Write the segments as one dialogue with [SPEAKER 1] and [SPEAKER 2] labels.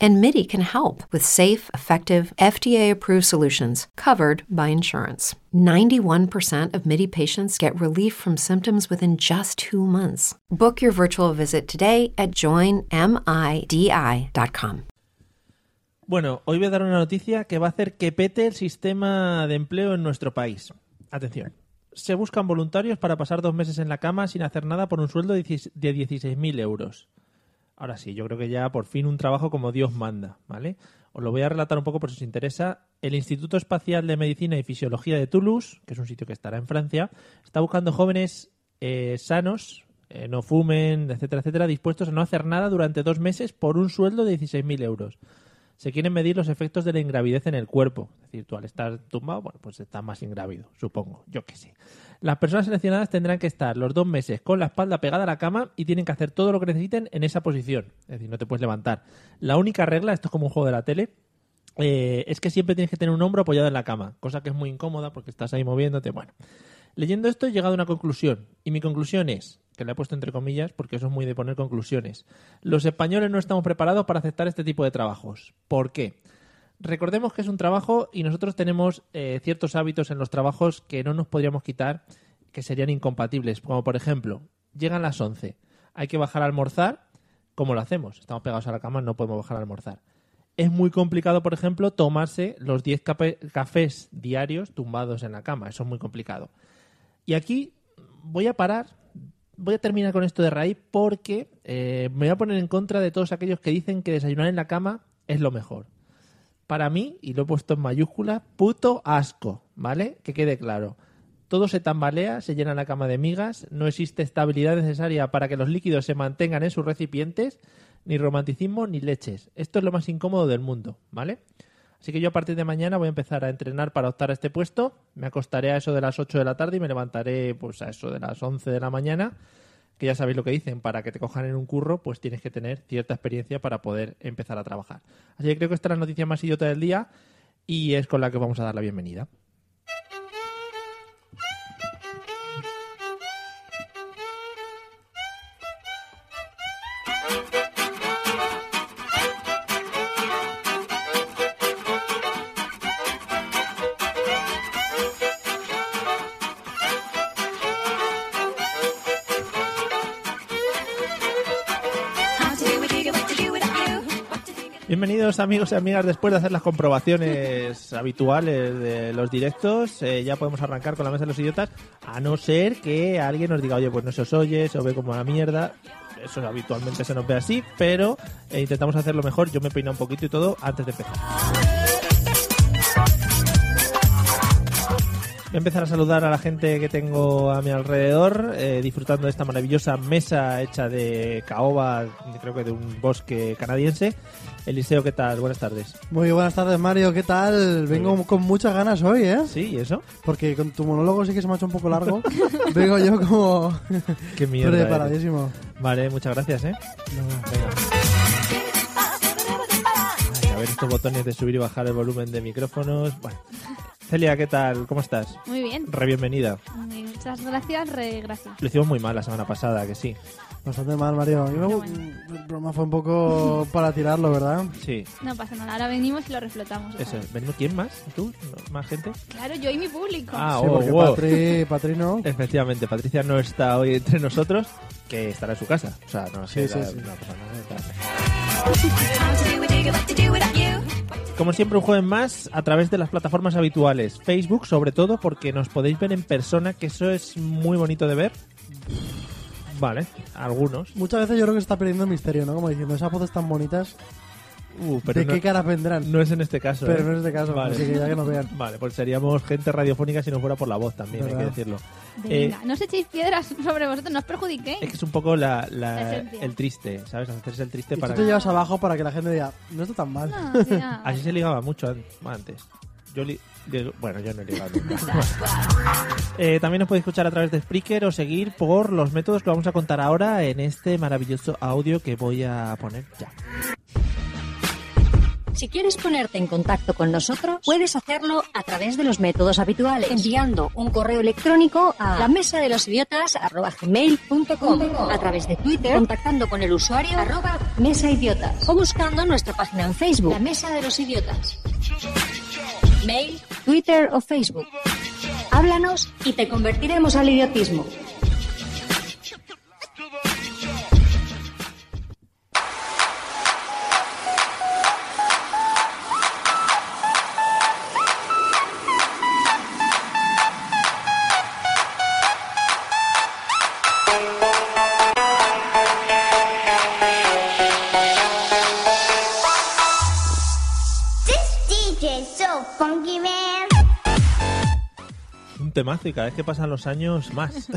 [SPEAKER 1] and MIDI can help with safe, effective, FDA approved solutions covered by insurance. 91% of MIDI patients get relief from symptoms within just two months. Book your virtual visit today at joinmidi.com.
[SPEAKER 2] Bueno, hoy voy a dar una noticia que va a hacer que pete el sistema de empleo en nuestro país. Atención. Se buscan voluntarios para pasar dos meses en la cama sin hacer nada por un sueldo de 16.000 euros. Ahora sí, yo creo que ya por fin un trabajo como Dios manda, ¿vale? Os lo voy a relatar un poco por si os interesa. El Instituto Espacial de Medicina y Fisiología de Toulouse, que es un sitio que estará en Francia, está buscando jóvenes eh, sanos, eh, no fumen, etcétera, etcétera, dispuestos a no hacer nada durante dos meses por un sueldo de 16.000 euros se quieren medir los efectos de la ingravidez en el cuerpo. Es decir, tú al estar tumbado, bueno, pues estás más ingrávido, supongo, yo que sé. Las personas seleccionadas tendrán que estar los dos meses con la espalda pegada a la cama y tienen que hacer todo lo que necesiten en esa posición. Es decir, no te puedes levantar. La única regla, esto es como un juego de la tele, eh, es que siempre tienes que tener un hombro apoyado en la cama, cosa que es muy incómoda porque estás ahí moviéndote. Bueno, leyendo esto he llegado a una conclusión, y mi conclusión es, que la he puesto entre comillas porque eso es muy de poner conclusiones, los españoles no estamos preparados para aceptar este tipo de trabajos. ¿Por qué? Recordemos que es un trabajo y nosotros tenemos eh, ciertos hábitos en los trabajos que no nos podríamos quitar que serían incompatibles, como por ejemplo, llegan las 11, hay que bajar a almorzar, ¿cómo lo hacemos? Estamos pegados a la cama, no podemos bajar a almorzar. Es muy complicado, por ejemplo, tomarse los 10 cape- cafés diarios tumbados en la cama. Eso es muy complicado. Y aquí voy a parar, voy a terminar con esto de raíz porque eh, me voy a poner en contra de todos aquellos que dicen que desayunar en la cama es lo mejor. Para mí, y lo he puesto en mayúscula, puto asco, ¿vale? Que quede claro. Todo se tambalea, se llena la cama de migas, no existe estabilidad necesaria para que los líquidos se mantengan en sus recipientes, ni romanticismo ni leches. Esto es lo más incómodo del mundo, ¿vale? Así que yo a partir de mañana voy a empezar a entrenar para optar a este puesto. Me acostaré a eso de las 8 de la tarde y me levantaré pues a eso de las 11 de la mañana. Que ya sabéis lo que dicen, para que te cojan en un curro, pues tienes que tener cierta experiencia para poder empezar a trabajar. Así que creo que esta es la noticia más idiota del día y es con la que vamos a dar la bienvenida.
[SPEAKER 3] How to do it, do you, what to do with you? What to do with
[SPEAKER 2] Bienvenidos amigos y amigas, después de hacer las comprobaciones habituales de los directos, eh, ya podemos arrancar con la mesa de los idiotas, a no ser que alguien nos diga, oye, pues no se os oye, se os ve como la mierda, eso habitualmente se nos ve así, pero eh, intentamos hacerlo mejor, yo me peino un poquito y todo antes de empezar. Voy a empezar a saludar a la gente que tengo a mi alrededor, eh, disfrutando de esta maravillosa mesa hecha de caoba, creo que de un bosque canadiense. Eliseo, ¿qué tal? Buenas tardes.
[SPEAKER 4] Muy buenas tardes, Mario. ¿Qué tal? Vengo con muchas ganas hoy, ¿eh?
[SPEAKER 2] Sí, ¿y eso?
[SPEAKER 4] Porque con tu monólogo sí que se me ha hecho un poco largo. Vengo yo como
[SPEAKER 2] Qué mierda. eres.
[SPEAKER 4] preparadísimo.
[SPEAKER 2] Vale, muchas gracias, ¿eh? Venga. A ver estos botones de subir y bajar el volumen de micrófonos. Bueno. Celia, ¿qué tal? ¿Cómo estás?
[SPEAKER 5] Muy bien.
[SPEAKER 2] Re bienvenida.
[SPEAKER 5] Muy- Muchas gracias, re gracias.
[SPEAKER 2] Lo hicimos muy mal la semana pasada, que sí.
[SPEAKER 4] Bastante mal, Mario. Yo me- El broma fue un poco para tirarlo, ¿verdad?
[SPEAKER 2] Sí.
[SPEAKER 5] No pasa nada, ahora venimos y lo reflotamos. otra
[SPEAKER 2] Eso.
[SPEAKER 5] vez.
[SPEAKER 2] ¿Venimos quién más? ¿Tú? ¿No? ¿Más gente?
[SPEAKER 5] Claro, yo y mi público.
[SPEAKER 2] Ah,
[SPEAKER 4] sí,
[SPEAKER 2] oh,
[SPEAKER 4] porque
[SPEAKER 2] wow. Eh.
[SPEAKER 4] Patri, Patri no.
[SPEAKER 2] Efectivamente, Patricia no está hoy entre nosotros, que estará en su casa. O sea, no sé,
[SPEAKER 4] Sí, sí,
[SPEAKER 2] la-
[SPEAKER 4] sí.
[SPEAKER 2] no pasa nada, tal.
[SPEAKER 3] How to do it, do you, what to do with you?
[SPEAKER 2] Como siempre, un jueves más a través de las plataformas habituales. Facebook, sobre todo, porque nos podéis ver en persona, que eso es muy bonito de ver. Vale, algunos.
[SPEAKER 4] Muchas veces yo creo que se está perdiendo el misterio, ¿no? Como diciendo, esas fotos tan bonitas,
[SPEAKER 2] Uh, pero
[SPEAKER 4] ¿de
[SPEAKER 2] no,
[SPEAKER 4] qué caras vendrán?
[SPEAKER 2] no es en este caso.
[SPEAKER 4] Pero
[SPEAKER 2] ¿eh?
[SPEAKER 4] no es de caso,
[SPEAKER 2] Vale.
[SPEAKER 4] así que ya que nos vean.
[SPEAKER 2] Vale, pues seríamos gente radiofónica si no fuera por la voz también, hay que
[SPEAKER 4] ¿Verdad?
[SPEAKER 2] decirlo.
[SPEAKER 5] Venga,
[SPEAKER 2] eh,
[SPEAKER 5] no os echéis piedras sobre vosotros, no os perjudiquéis.
[SPEAKER 2] Es que es un poco la, la-
[SPEAKER 5] La esencia.
[SPEAKER 2] el triste, ¿sabes? Hacerse el triste
[SPEAKER 4] Y
[SPEAKER 2] para
[SPEAKER 4] tú te llevas abajo para que la gente diga, no está tan mal.
[SPEAKER 5] No, sí, nada.
[SPEAKER 2] Así se ligaba mucho an- antes. Yo li- li- bueno, yo no he ligado nunca. Eh, también nos podéis escuchar a través de Spreaker o seguir por los métodos que vamos a contar ahora en este maravilloso audio que voy a poner ya.
[SPEAKER 6] Si quieres ponerte en contacto con nosotros, puedes hacerlo a través de los métodos habituales, enviando un correo electrónico a la mesa de los idiotas a través de Twitter, contactando con el usuario arroba mesa idiotas o buscando nuestra página en Facebook, la mesa de los idiotas. Mail, Twitter o Facebook. Háblanos y te convertiremos al idiotismo.
[SPEAKER 7] This DJ's so funky, man.
[SPEAKER 2] Un temazo y cada vez que pasan los años más.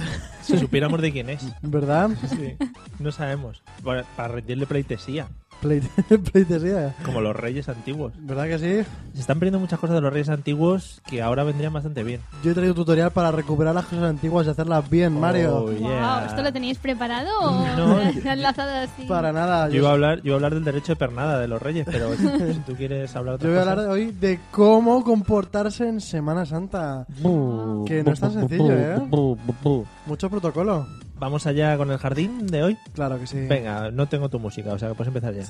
[SPEAKER 2] si supiéramos de quién es.
[SPEAKER 4] ¿Verdad?
[SPEAKER 2] Sí. No sabemos. Para, para rendirle pleitesía,
[SPEAKER 4] Play- Pleitesía.
[SPEAKER 2] como los reyes antiguos.
[SPEAKER 4] ¿Verdad que sí?
[SPEAKER 2] Se están perdiendo muchas cosas de los reyes antiguos que ahora vendrían bastante bien.
[SPEAKER 4] Yo he traído un tutorial para recuperar las cosas antiguas y hacerlas bien,
[SPEAKER 2] Oh,
[SPEAKER 4] Mario.
[SPEAKER 2] yeah.
[SPEAKER 5] Wow, ¿esto lo teníais preparado o
[SPEAKER 2] No.
[SPEAKER 5] se ha enlazado así?
[SPEAKER 4] Para nada.
[SPEAKER 2] Yo iba a hablar, yo iba a hablar del derecho de pernada de los reyes, pero si tú quieres hablar de
[SPEAKER 4] yo voy a hablar hoy de cómo comportarse en Semana Santa. Que no es tan sencillo, ¿eh? Mucho protocolo.
[SPEAKER 2] Vamos allá con el jardín de hoy.
[SPEAKER 4] Claro que sí.
[SPEAKER 2] Venga, no tengo tu música, o sea que puedes empezar ya.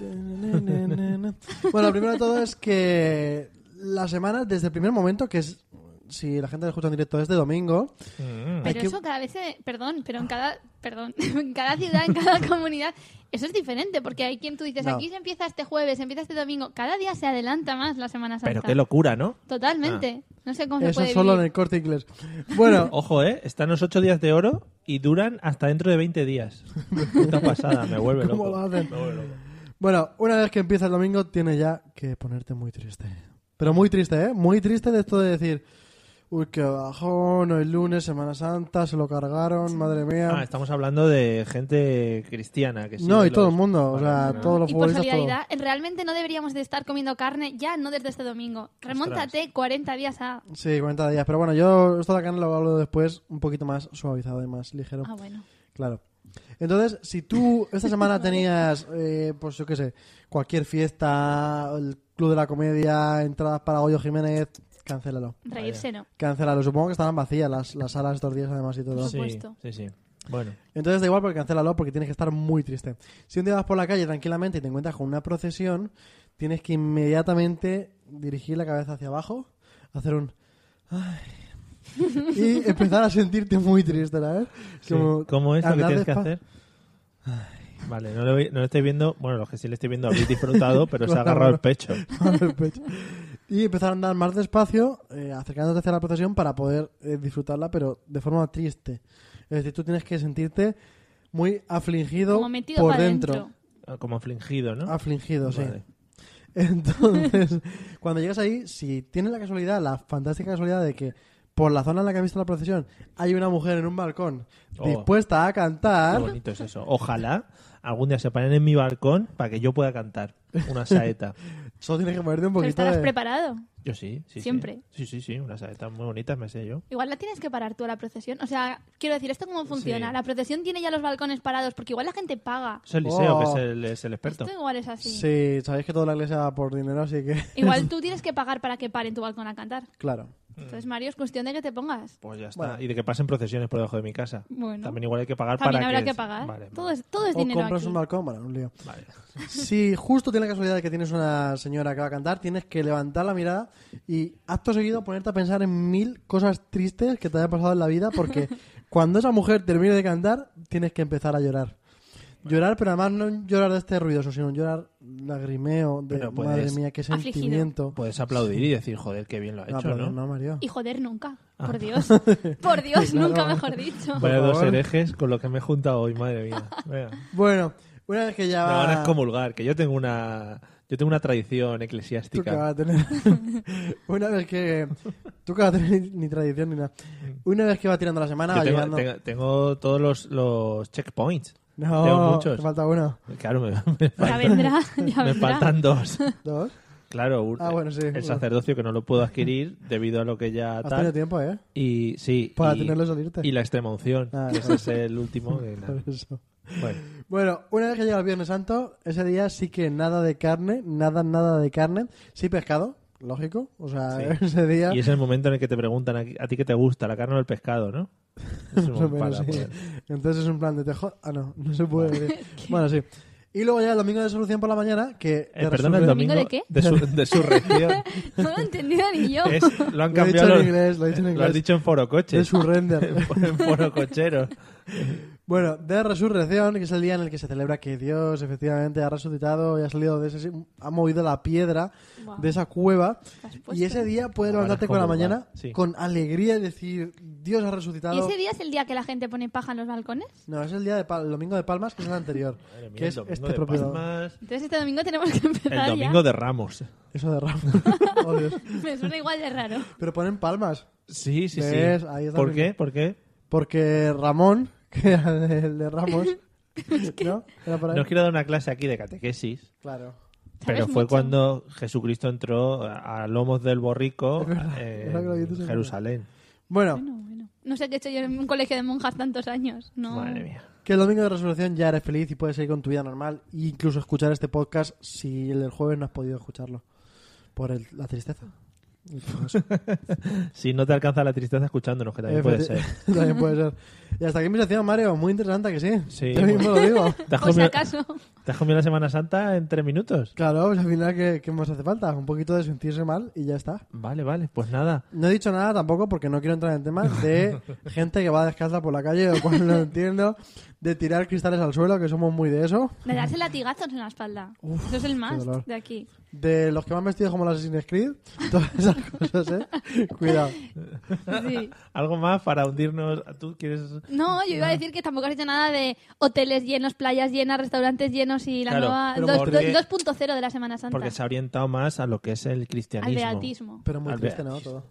[SPEAKER 4] Bueno, lo primero de todo es que la semana, desde el primer momento, que es, si la gente lo escucha en directo, es de domingo.
[SPEAKER 2] Mm.
[SPEAKER 4] hay
[SPEAKER 5] Pero
[SPEAKER 4] que-
[SPEAKER 5] eso cada vez, se- perdón, pero en cada, perdón, en cada ciudad, en cada comunidad, eso es diferente, porque hay quien tú dices,
[SPEAKER 4] No.
[SPEAKER 5] aquí se empieza este jueves, se empieza este domingo, cada día se adelanta más la Semana Santa.
[SPEAKER 2] Pero qué Ah. locura, ¿no?
[SPEAKER 5] Totalmente. No sé cómo se
[SPEAKER 4] Eso
[SPEAKER 5] puede
[SPEAKER 4] solo en
[SPEAKER 5] vivir.
[SPEAKER 4] el corte inglés. Bueno,
[SPEAKER 2] Ojo, ¿eh? Están los ocho días de oro y duran hasta dentro de 20 días. Puta pasada, me vuelve
[SPEAKER 4] ¿Cómo
[SPEAKER 2] loco.
[SPEAKER 4] lo hacen?
[SPEAKER 2] Me vuelve loco.
[SPEAKER 4] bueno, una vez que empieza el domingo, tienes ya que ponerte muy triste. Pero muy triste, ¿eh? Muy triste de esto de decir, uy, qué bajón, hoy lunes, Semana Santa, se lo cargaron, madre mía.
[SPEAKER 2] Ah, estamos hablando de gente cristiana. Que sí,
[SPEAKER 4] no, y
[SPEAKER 2] los-
[SPEAKER 4] todo el mundo,
[SPEAKER 2] Vale,
[SPEAKER 4] o sea,
[SPEAKER 2] no, no.
[SPEAKER 4] todos los
[SPEAKER 5] Y por
[SPEAKER 4] futbolistas, todo.
[SPEAKER 5] solidaridad, eh, realmente no deberíamos de estar comiendo carne ya, no desde este domingo. Remóntate 40 días a...
[SPEAKER 4] Sí, 40 días. Pero bueno, yo esto de la carne lo hablo después un poquito más suavizado y más ligero.
[SPEAKER 5] Ah, bueno.
[SPEAKER 4] Claro. Entonces, si tú esta semana tenías, eh, pues yo qué sé, cualquier fiesta, el Club de la Comedia, entradas para Goyo Jiménez, cancélalo.
[SPEAKER 5] Reírse no.
[SPEAKER 4] Cancélalo. Supongo que estaban vacías las, las salas estos días además y todo.
[SPEAKER 5] Por
[SPEAKER 2] Sí,
[SPEAKER 5] supuesto.
[SPEAKER 2] sí, sí. Bueno,
[SPEAKER 4] Entonces da igual porque cancélalo porque tienes que estar muy triste. Si un día vas por la calle tranquilamente y te encuentras con una procesión, tienes que inmediatamente dirigir la cabeza hacia abajo, hacer un... "Ay", y empezar a sentirte muy triste, ¿sabes?
[SPEAKER 2] sí. ¿cómo es lo que
[SPEAKER 4] andar
[SPEAKER 2] tienes que
[SPEAKER 4] despacio.
[SPEAKER 2] hacer? Vale, no lo, vi- no lo estoy viendo. Bueno, los que sí le estoy viendo habéis disfrutado, pero se ha
[SPEAKER 4] Claro.
[SPEAKER 2] agarrado el pecho.
[SPEAKER 4] Con el pecho. Y empezar a andar más despacio, eh, acercándote hacia la procesión para poder eh, disfrutarla, pero de forma triste. Es decir, tú tienes que sentirte muy afligido
[SPEAKER 5] Como metido
[SPEAKER 4] por
[SPEAKER 5] para
[SPEAKER 4] dentro.
[SPEAKER 5] dentro.
[SPEAKER 2] Ah, Como afligido, ¿no?
[SPEAKER 4] Afligido,
[SPEAKER 2] Vale.
[SPEAKER 4] sí. Entonces, cuando llegas ahí, si tienes la casualidad, la fantástica casualidad de que por la zona en la que has visto la procesión hay una mujer en un balcón
[SPEAKER 2] Oh.
[SPEAKER 4] dispuesta a
[SPEAKER 2] Qué
[SPEAKER 4] cantar,
[SPEAKER 2] bonito es eso. Ojalá algún día se paren en mi balcón para que yo pueda cantar una saeta.
[SPEAKER 4] solo tienes que ponerte un
[SPEAKER 5] Pero
[SPEAKER 4] poquito
[SPEAKER 5] estarás
[SPEAKER 4] de...
[SPEAKER 5] preparado.
[SPEAKER 2] Yo sí, sí. sí.
[SPEAKER 5] Siempre.
[SPEAKER 2] Sí, sí, sí. Unas saetas muy bonitas, me sé yo.
[SPEAKER 5] Igual la tienes que parar tú a la procesión. O sea, quiero decir, ¿esto cómo funciona?
[SPEAKER 2] Sí.
[SPEAKER 5] La procesión tiene ya los balcones parados porque igual la gente paga.
[SPEAKER 2] Es el liceo,
[SPEAKER 4] Oh.
[SPEAKER 2] que es el, es el experto.
[SPEAKER 5] Esto igual es así.
[SPEAKER 4] Sí, sabéis que toda la iglesia va por dinero, así que...
[SPEAKER 5] Igual tú tienes que pagar para que paren tu balcón a cantar.
[SPEAKER 4] Claro.
[SPEAKER 2] Mm.
[SPEAKER 5] Entonces, Mario, es cuestión de que te pongas.
[SPEAKER 2] Pues ya está.
[SPEAKER 4] Bueno.
[SPEAKER 2] Y de que pasen procesiones por debajo de mi casa.
[SPEAKER 5] Bueno.
[SPEAKER 2] También igual hay que pagar
[SPEAKER 5] También
[SPEAKER 2] para
[SPEAKER 5] habrá
[SPEAKER 2] que...
[SPEAKER 5] que pagar.
[SPEAKER 2] Vale,
[SPEAKER 5] todo, es, todo es
[SPEAKER 4] O
[SPEAKER 5] dinero
[SPEAKER 4] compras
[SPEAKER 5] aquí.
[SPEAKER 4] un balcón, bueno, un lío.
[SPEAKER 2] vale.
[SPEAKER 4] Si justo tiene la casualidad de que tienes una señora que va a cantar, tienes que levantar la mirada y acto seguido ponerte a pensar en mil cosas tristes que te haya pasado en la vida, porque cuando esa mujer termine de cantar, tienes que empezar a llorar. Llorar, pero además no un llorar de este ruidoso, sino un llorar lagrimeo de
[SPEAKER 2] Pero puedes-
[SPEAKER 4] madre mía, qué
[SPEAKER 5] Afligido.
[SPEAKER 4] sentimiento.
[SPEAKER 2] Puedes aplaudir y decir, joder, qué bien lo ha
[SPEAKER 4] No,
[SPEAKER 2] hecho,
[SPEAKER 4] pero
[SPEAKER 2] ¿no?
[SPEAKER 4] no, Mario.
[SPEAKER 5] Y joder, nunca.
[SPEAKER 2] Ah.
[SPEAKER 5] Por Dios. Por Dios, nunca mejor dicho.
[SPEAKER 2] Vaya
[SPEAKER 4] Por
[SPEAKER 2] dos
[SPEAKER 4] favor.
[SPEAKER 2] herejes con los que me he juntado hoy, madre mía. Venga.
[SPEAKER 4] Bueno, una vez que ya
[SPEAKER 2] Me
[SPEAKER 4] va...
[SPEAKER 2] van a excomulgar, que yo tengo una... Yo tengo una tradición
[SPEAKER 4] Tú que
[SPEAKER 2] eclesiástica.
[SPEAKER 4] vas a tener. una vez que. Tú que vas a tener ni, ni tradición ni nada.
[SPEAKER 2] Mm.
[SPEAKER 4] Una vez que va tirando la semana,
[SPEAKER 2] Yo
[SPEAKER 4] va
[SPEAKER 2] tengo,
[SPEAKER 4] llegando.
[SPEAKER 2] tengo- tengo todos los, los checkpoints.
[SPEAKER 4] No,
[SPEAKER 2] tengo muchos.
[SPEAKER 4] te falta uno.
[SPEAKER 2] Claro, me, me
[SPEAKER 5] Ya
[SPEAKER 2] faltan,
[SPEAKER 5] vendrá, ya
[SPEAKER 2] me
[SPEAKER 5] vendrá.
[SPEAKER 2] faltan dos.
[SPEAKER 4] Dos.
[SPEAKER 2] Claro, un-
[SPEAKER 4] Ah, bueno, sí,
[SPEAKER 2] el
[SPEAKER 4] bueno.
[SPEAKER 2] sacerdocio que no lo puedo adquirir debido a lo que ya
[SPEAKER 4] Has tenido
[SPEAKER 2] tal.
[SPEAKER 4] tiempo, ¿eh?
[SPEAKER 2] Y sí.
[SPEAKER 4] Para
[SPEAKER 2] y,
[SPEAKER 4] tenerlo y salirte.
[SPEAKER 2] y la extrema unción,
[SPEAKER 4] Ah,
[SPEAKER 2] que
[SPEAKER 4] claro.
[SPEAKER 2] ese es el último. que nada.
[SPEAKER 4] Por eso.
[SPEAKER 2] Bueno,
[SPEAKER 4] Bueno, una vez que llega el Viernes Santo, ese día sí que nada de carne, nada, nada de carne. Sí pescado, lógico. O sea,
[SPEAKER 2] Sí.
[SPEAKER 4] ese día...
[SPEAKER 2] y es el momento en el que te preguntan a, a ti qué te gusta, la carne o el pescado, ¿no? Es un Eh,
[SPEAKER 4] Más o menos,
[SPEAKER 2] para
[SPEAKER 4] sí.
[SPEAKER 2] poder-
[SPEAKER 4] Entonces es un plan de te jo- Ah, no, no se puede decir. bueno, sí. Y luego llega el domingo de solución por la mañana, que...
[SPEAKER 2] Eh,
[SPEAKER 4] te
[SPEAKER 2] perdona, el
[SPEAKER 4] resuelve-
[SPEAKER 2] domingo,
[SPEAKER 5] ¿Domingo de qué?
[SPEAKER 2] De, su, de surrección.
[SPEAKER 5] No lo he entendido ni yo.
[SPEAKER 2] Es- lo han
[SPEAKER 4] Lo he dicho
[SPEAKER 2] cambiado.
[SPEAKER 4] en
[SPEAKER 2] los-
[SPEAKER 4] inglés, lo he dicho en
[SPEAKER 2] lo has
[SPEAKER 4] inglés.
[SPEAKER 2] dicho en foro coches.
[SPEAKER 4] De surrender.
[SPEAKER 2] En, en foro cochero.
[SPEAKER 4] Bueno, de resurrección, que es el día en el que se celebra que Dios efectivamente ha resucitado y ha salido de ese, ha movido la piedra
[SPEAKER 5] Guau.
[SPEAKER 4] de esa cueva.
[SPEAKER 5] ¿Te has puesto?
[SPEAKER 4] Y ese día puedes
[SPEAKER 2] Ahora
[SPEAKER 4] levantarte
[SPEAKER 2] es
[SPEAKER 4] con la
[SPEAKER 2] como va,
[SPEAKER 4] mañana
[SPEAKER 2] sí.
[SPEAKER 4] con alegría y decir, Dios ha
[SPEAKER 5] ¿Y
[SPEAKER 4] resucitado.
[SPEAKER 5] ese día es el día que la gente pone paja en los balcones?
[SPEAKER 4] No, es el día de Pal- el domingo de Palmas, que es el anterior.
[SPEAKER 2] Madre mía,
[SPEAKER 4] que
[SPEAKER 2] el
[SPEAKER 4] es
[SPEAKER 2] domingo
[SPEAKER 4] este
[SPEAKER 2] de
[SPEAKER 4] propio.
[SPEAKER 2] Palmas,
[SPEAKER 5] Entonces este domingo tenemos que empezar
[SPEAKER 2] El domingo
[SPEAKER 5] ya.
[SPEAKER 2] de Ramos.
[SPEAKER 4] Eso de Rafa. Oh, Dios.
[SPEAKER 5] Me suena igual de raro.
[SPEAKER 4] Pero ponen palmas.
[SPEAKER 2] Sí, sí, sí.
[SPEAKER 4] ¿Ves? Ahí está
[SPEAKER 2] ¿Por
[SPEAKER 4] mi-
[SPEAKER 2] qué? ¿Por qué?
[SPEAKER 4] Porque Ramón, que era el de Ramos. ¿No? Era por ahí.
[SPEAKER 2] No os quiero dar una clase aquí de catequesis,
[SPEAKER 4] Claro.
[SPEAKER 2] pero
[SPEAKER 5] ¿Sabes
[SPEAKER 2] fue
[SPEAKER 5] mucho?
[SPEAKER 2] cuando Jesucristo entró a a lomos del borrico
[SPEAKER 4] Es verdad,
[SPEAKER 2] eh,
[SPEAKER 4] es verdad que lo dices en
[SPEAKER 2] en Jerusalén.
[SPEAKER 4] Bueno,
[SPEAKER 5] Bueno, bueno. No sé qué he hecho yo en un colegio de monjas tantos años. No.
[SPEAKER 2] Madre mía.
[SPEAKER 4] que el domingo de resurrección ya eres feliz y puedes seguir con tu vida normal. E incluso escuchar este podcast si el del jueves no has podido escucharlo. Por el- la tristeza.
[SPEAKER 2] Si no te alcanza la tristeza escuchándonos, que también puede ser.
[SPEAKER 4] También puede ser. Y hasta aquí mi sección, Mario. Muy interesante que sí.
[SPEAKER 2] Sí,
[SPEAKER 4] Yo mismo lo digo.
[SPEAKER 2] ¿Te has,
[SPEAKER 5] Por si
[SPEAKER 2] comido,
[SPEAKER 5] acaso.
[SPEAKER 2] te has comido la Semana Santa en tres minutos?
[SPEAKER 4] Claro, pues al final, ¿qué, ¿qué más hace falta? Un poquito de sentirse mal y ya está.
[SPEAKER 2] Vale, vale, pues nada.
[SPEAKER 4] No he dicho nada tampoco porque no quiero entrar en temas de gente que va descalza por la calle, lo cual no entiendo, de tirar cristales al suelo, que somos muy de eso,
[SPEAKER 5] De darse latigazos en la espalda. Eso es el más
[SPEAKER 4] dolor.
[SPEAKER 5] de aquí.
[SPEAKER 4] de los que van vestidos como los Assassin's Creed, todas esas cosas, ¿eh? Cuidado.
[SPEAKER 5] Sí.
[SPEAKER 2] ¿Algo más para hundirnos? ¿Tú quieres...?
[SPEAKER 5] No, yo iba a decir que tampoco has hecho nada de hoteles llenos, playas llenas, restaurantes llenos y la
[SPEAKER 2] Claro,
[SPEAKER 5] nueva
[SPEAKER 2] pero
[SPEAKER 5] dos-
[SPEAKER 2] porque-
[SPEAKER 5] dos- 2.0 de la Semana Santa.
[SPEAKER 2] Porque se ha orientado más a lo que es el
[SPEAKER 5] Al
[SPEAKER 2] cristianismo.
[SPEAKER 5] beatismo.
[SPEAKER 4] Pero muy
[SPEAKER 2] Al
[SPEAKER 4] triste,
[SPEAKER 2] ver.
[SPEAKER 4] ¿no? Todo.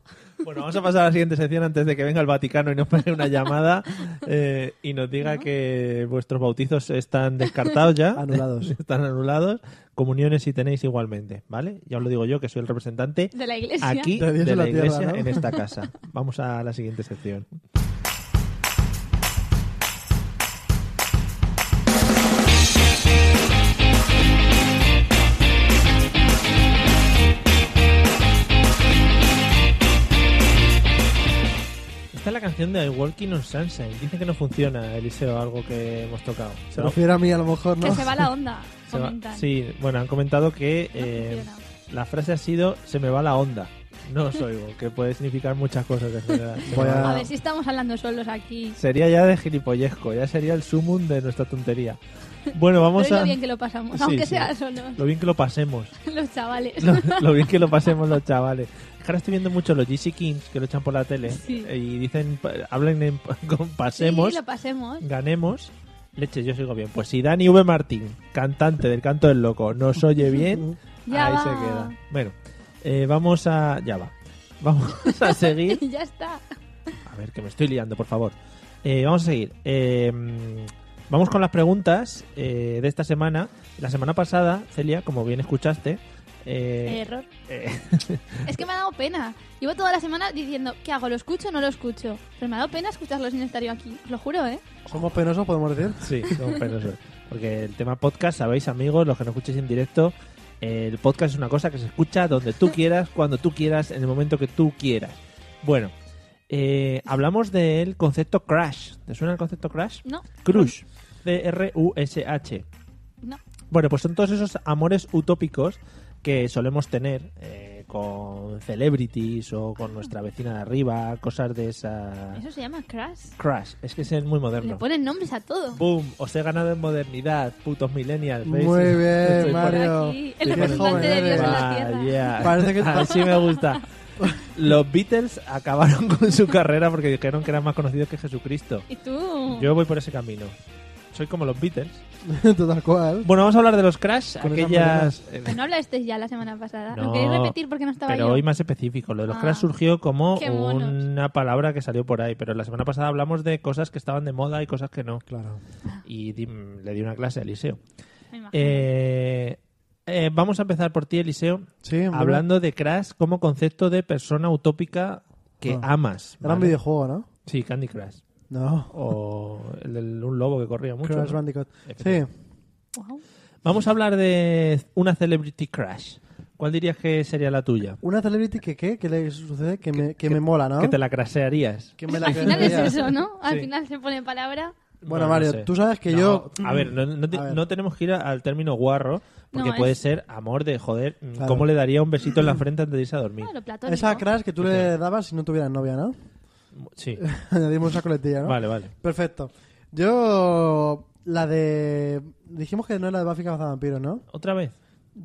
[SPEAKER 2] Bueno, vamos a pasar a la siguiente sección antes de que venga el Vaticano y nos pare una llamada eh, y nos diga que vuestros bautizos están descartados ya.
[SPEAKER 4] Anulados.
[SPEAKER 2] están anulados. Comuniones si tenéis igualmente, ¿vale? Ya os lo digo yo, que soy el representante
[SPEAKER 5] De la iglesia.
[SPEAKER 2] aquí
[SPEAKER 4] De
[SPEAKER 2] de,
[SPEAKER 4] Dios en
[SPEAKER 2] la
[SPEAKER 4] la tierra,
[SPEAKER 2] iglesia
[SPEAKER 4] ¿no?
[SPEAKER 2] en esta casa. Vamos a la siguiente sección. Esta es la canción de I Walking on Sunshine. Dice que no funciona, Eliseo, algo que hemos tocado.
[SPEAKER 4] Se
[SPEAKER 2] No,
[SPEAKER 4] refiere a mí a lo mejor, ¿no?
[SPEAKER 5] Que se va la onda.
[SPEAKER 2] se va-
[SPEAKER 5] comentan.
[SPEAKER 2] Sí, bueno, han comentado que eh,
[SPEAKER 5] funciona.
[SPEAKER 2] la frase ha sido se me va la onda. No os oigo, que puede significar muchas cosas. en general. Se me
[SPEAKER 4] Voy
[SPEAKER 2] va-
[SPEAKER 5] A ver si estamos hablando solos aquí.
[SPEAKER 2] Sería ya de gilipollezco, ya sería el sumum de nuestra tontería. Bueno, vamos
[SPEAKER 5] Pero
[SPEAKER 2] a...
[SPEAKER 5] lo bien que lo pasamos,
[SPEAKER 2] Sí,
[SPEAKER 5] aunque
[SPEAKER 2] sí.
[SPEAKER 5] sea solos.
[SPEAKER 2] Lo bien que lo pasemos.
[SPEAKER 5] Los chavales.
[SPEAKER 2] Lo, lo bien que lo pasemos los chavales. Es que Ahora estoy viendo mucho los GC Kings que lo echan por la tele
[SPEAKER 5] Sí.
[SPEAKER 2] eh, y dicen, pa- hablan en, con pasemos,
[SPEAKER 5] Sí, lo pasemos.
[SPEAKER 2] ganemos. Leche, yo sigo bien. Pues si Dani V. Martín, cantante del Canto del Loco, nos oye bien,
[SPEAKER 5] Ya
[SPEAKER 2] ahí
[SPEAKER 5] va.
[SPEAKER 2] se queda. Bueno, eh, vamos a... Ya va. Vamos a seguir
[SPEAKER 5] Y ya está.
[SPEAKER 2] A ver, que me estoy liando, por favor. Eh, vamos a seguir. Eh, vamos con las preguntas eh, de esta semana. La semana pasada, Celia, como bien escuchaste, eh,
[SPEAKER 5] Error.
[SPEAKER 2] eh,
[SPEAKER 5] Es que me ha dado pena. Llevo toda la semana diciendo, ¿qué hago? ¿Lo escucho o no lo escucho? Pero me ha dado pena escucharlo sin estar yo aquí. Os lo juro, ¿eh?
[SPEAKER 4] Somos penosos, podemos decir.
[SPEAKER 2] sí, no, pero eso es. porque el tema podcast, sabéis amigos, los que nos escuchéis en directo, eh, el podcast es una cosa que se escucha donde tú quieras, cuando tú quieras, en el momento que tú quieras. Bueno, eh, hablamos del concepto crash. ¿Te suena el concepto crash?
[SPEAKER 5] No,
[SPEAKER 2] Crush. C-R-U-S-H.
[SPEAKER 5] no.
[SPEAKER 2] Bueno, pues son todos esos amores utópicos que solemos tener eh, con celebrities o con nuestra vecina de arriba, cosas de esa...
[SPEAKER 5] Eso se llama crash.
[SPEAKER 2] Crash, es que ese es muy
[SPEAKER 5] Le
[SPEAKER 2] moderno.
[SPEAKER 5] ponen nombres a todo.
[SPEAKER 2] ¡Boom! Os he ganado en modernidad, putos millennials. ¿veis?
[SPEAKER 4] Muy bien,
[SPEAKER 2] Estoy por-
[SPEAKER 4] Mario.
[SPEAKER 5] Aquí, el
[SPEAKER 2] Sí,
[SPEAKER 5] representante
[SPEAKER 4] joven
[SPEAKER 5] de Dios en la
[SPEAKER 2] Vaya.
[SPEAKER 5] tierra.
[SPEAKER 4] Parece que-
[SPEAKER 2] Así me gusta. Los Beatles acabaron con su carrera porque dijeron que eran más conocidos que Jesucristo.
[SPEAKER 5] Y tú.
[SPEAKER 2] Yo voy por ese camino. Soy como los Beatles.
[SPEAKER 4] Total cual.
[SPEAKER 2] Bueno, vamos a hablar de los Crash,
[SPEAKER 4] Con esas
[SPEAKER 2] aquellas... eh,
[SPEAKER 5] Pues no hablaste ya la semana pasada.
[SPEAKER 2] No,
[SPEAKER 5] lo queréis repetir porque no estaba
[SPEAKER 2] Pero
[SPEAKER 5] yo.
[SPEAKER 2] hoy más específico. Lo de los
[SPEAKER 5] Ah,
[SPEAKER 2] crash surgió como
[SPEAKER 5] qué monos.
[SPEAKER 2] una palabra que salió por ahí. Pero la semana pasada hablamos de cosas que estaban de moda y cosas que no.
[SPEAKER 4] Claro.
[SPEAKER 2] Y di- le di una clase a Eliseo.
[SPEAKER 5] Me imagino.
[SPEAKER 2] Eh, eh, vamos a empezar por ti, Eliseo.
[SPEAKER 4] Sí, hombre.
[SPEAKER 2] hablando de crash como concepto de persona utópica que
[SPEAKER 4] Ah.
[SPEAKER 2] amas.
[SPEAKER 4] Gran
[SPEAKER 2] ¿vale?
[SPEAKER 4] videojuego, ¿no?
[SPEAKER 2] Sí, Candy Crush.
[SPEAKER 4] No.
[SPEAKER 2] O el de un lobo que corría mucho.
[SPEAKER 4] Crash
[SPEAKER 2] ¿no?
[SPEAKER 4] Bandicoot. Sí.
[SPEAKER 2] Efectivamente.
[SPEAKER 5] Wow.
[SPEAKER 2] Vamos a hablar de una celebrity crash. ¿Cuál dirías que sería la tuya?
[SPEAKER 4] Una celebrity que, ¿qué? Que le sucede? Que, me, que, me mola, ¿no?
[SPEAKER 2] Que te la crashearías.
[SPEAKER 4] Que me la
[SPEAKER 5] Al final es
[SPEAKER 4] creería.
[SPEAKER 5] eso, ¿no? Al
[SPEAKER 2] Sí.
[SPEAKER 5] final se pone palabra.
[SPEAKER 2] No,
[SPEAKER 4] Bueno,
[SPEAKER 2] no
[SPEAKER 4] Mario,
[SPEAKER 2] sé.
[SPEAKER 4] tú sabes que
[SPEAKER 2] No,
[SPEAKER 4] yo...
[SPEAKER 2] A ver, no, no te-
[SPEAKER 4] A ver.
[SPEAKER 2] no tenemos que ir a- al término guarro, porque
[SPEAKER 5] No,
[SPEAKER 2] puede
[SPEAKER 5] es-
[SPEAKER 2] ser amor de joder. mm,
[SPEAKER 4] Claro.
[SPEAKER 2] ¿Cómo le daría un besito en la frente antes de irse a dormir?
[SPEAKER 5] Claro, Ah, platónico.
[SPEAKER 4] Esa crash que tú le dabas si no tuvieras novia, ¿no?
[SPEAKER 2] Sí,
[SPEAKER 4] Añadimos esa coletilla, ¿no?
[SPEAKER 2] vale, vale.
[SPEAKER 4] Perfecto. Yo... La de... Dijimos que no era de Buffy Cazavampiros, ¿no?
[SPEAKER 2] Otra vez.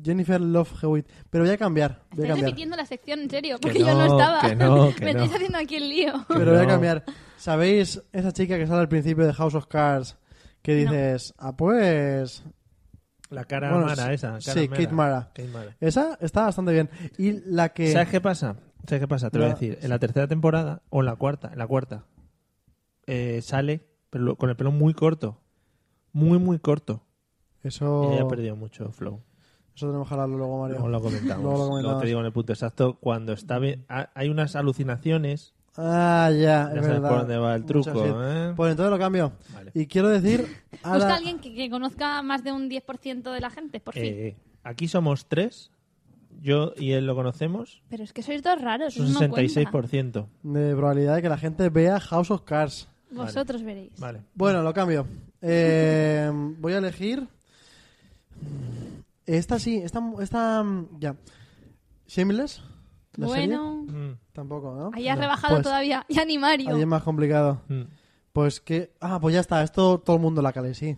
[SPEAKER 4] Jennifer Love Hewitt. Pero voy a cambiar. Voy a
[SPEAKER 5] Estáis
[SPEAKER 4] cambiar.
[SPEAKER 5] repitiendo la sección, en serio, porque yo no
[SPEAKER 2] no,
[SPEAKER 5] estaba.
[SPEAKER 2] que no, que
[SPEAKER 5] Me
[SPEAKER 2] no.
[SPEAKER 5] estáis haciendo aquí el lío.
[SPEAKER 4] Pero voy a
[SPEAKER 2] No.
[SPEAKER 4] cambiar. ¿Sabéis esa chica que sale al principio de House of Cards? Que dices, ah, pues...
[SPEAKER 2] La cara
[SPEAKER 4] Bueno,
[SPEAKER 2] mala
[SPEAKER 4] sí,
[SPEAKER 2] esa. cara
[SPEAKER 4] sí, Kate Mara.
[SPEAKER 2] Kate Mara.
[SPEAKER 4] Esa está bastante bien. Y la que...
[SPEAKER 2] ¿Sabes qué pasa? ¿Sabes qué pasa? Te voy a
[SPEAKER 4] No,
[SPEAKER 2] decir. En la tercera temporada, o en la cuarta, en la cuarta, eh, sale pero lo- con el pelo muy corto. Muy, muy corto.
[SPEAKER 4] Eso...
[SPEAKER 2] Y ella ha perdido mucho flow.
[SPEAKER 4] Eso tenemos que hablarlo luego, Mario.
[SPEAKER 2] Luego lo comentamos.
[SPEAKER 4] Luego lo
[SPEAKER 2] Luego
[SPEAKER 4] comentamos.
[SPEAKER 2] te digo en el punto exacto. Cuando está bien, ha- hay unas alucinaciones.
[SPEAKER 4] Ah, ya,
[SPEAKER 2] Ya
[SPEAKER 4] es
[SPEAKER 2] sabes
[SPEAKER 4] verdad.
[SPEAKER 2] por dónde va el
[SPEAKER 4] Mucha
[SPEAKER 2] truco,
[SPEAKER 4] shit.
[SPEAKER 2] ¿eh?
[SPEAKER 4] Pues entonces lo cambio.
[SPEAKER 2] Vale.
[SPEAKER 4] Y quiero decir... a
[SPEAKER 5] Busca
[SPEAKER 4] la-
[SPEAKER 5] a alguien que, que conozca más de un 10% de la gente, por fin.
[SPEAKER 2] Eh, aquí somos tres. Yo y él lo conocemos.
[SPEAKER 5] Pero es que sois dos raros,
[SPEAKER 2] Es un
[SPEAKER 5] eso no cuenta.
[SPEAKER 2] 66%.
[SPEAKER 4] De probabilidad de que la gente vea House of Cards.
[SPEAKER 5] Vosotros veréis.
[SPEAKER 2] Vale.
[SPEAKER 4] Bueno, lo cambio. Eh, voy a elegir... Esta sí, esta... esta ya. Shameless. ¿La serie?
[SPEAKER 5] Bueno,
[SPEAKER 2] Mm,
[SPEAKER 4] Tampoco, ¿no?
[SPEAKER 5] hayas
[SPEAKER 4] No.
[SPEAKER 5] rebajado
[SPEAKER 4] Pues,
[SPEAKER 5] todavía. Ya ni Mario.
[SPEAKER 4] Ahí es más complicado.
[SPEAKER 2] mm.
[SPEAKER 4] Pues que... Ah, pues ya está. Esto todo el mundo la cale, sí.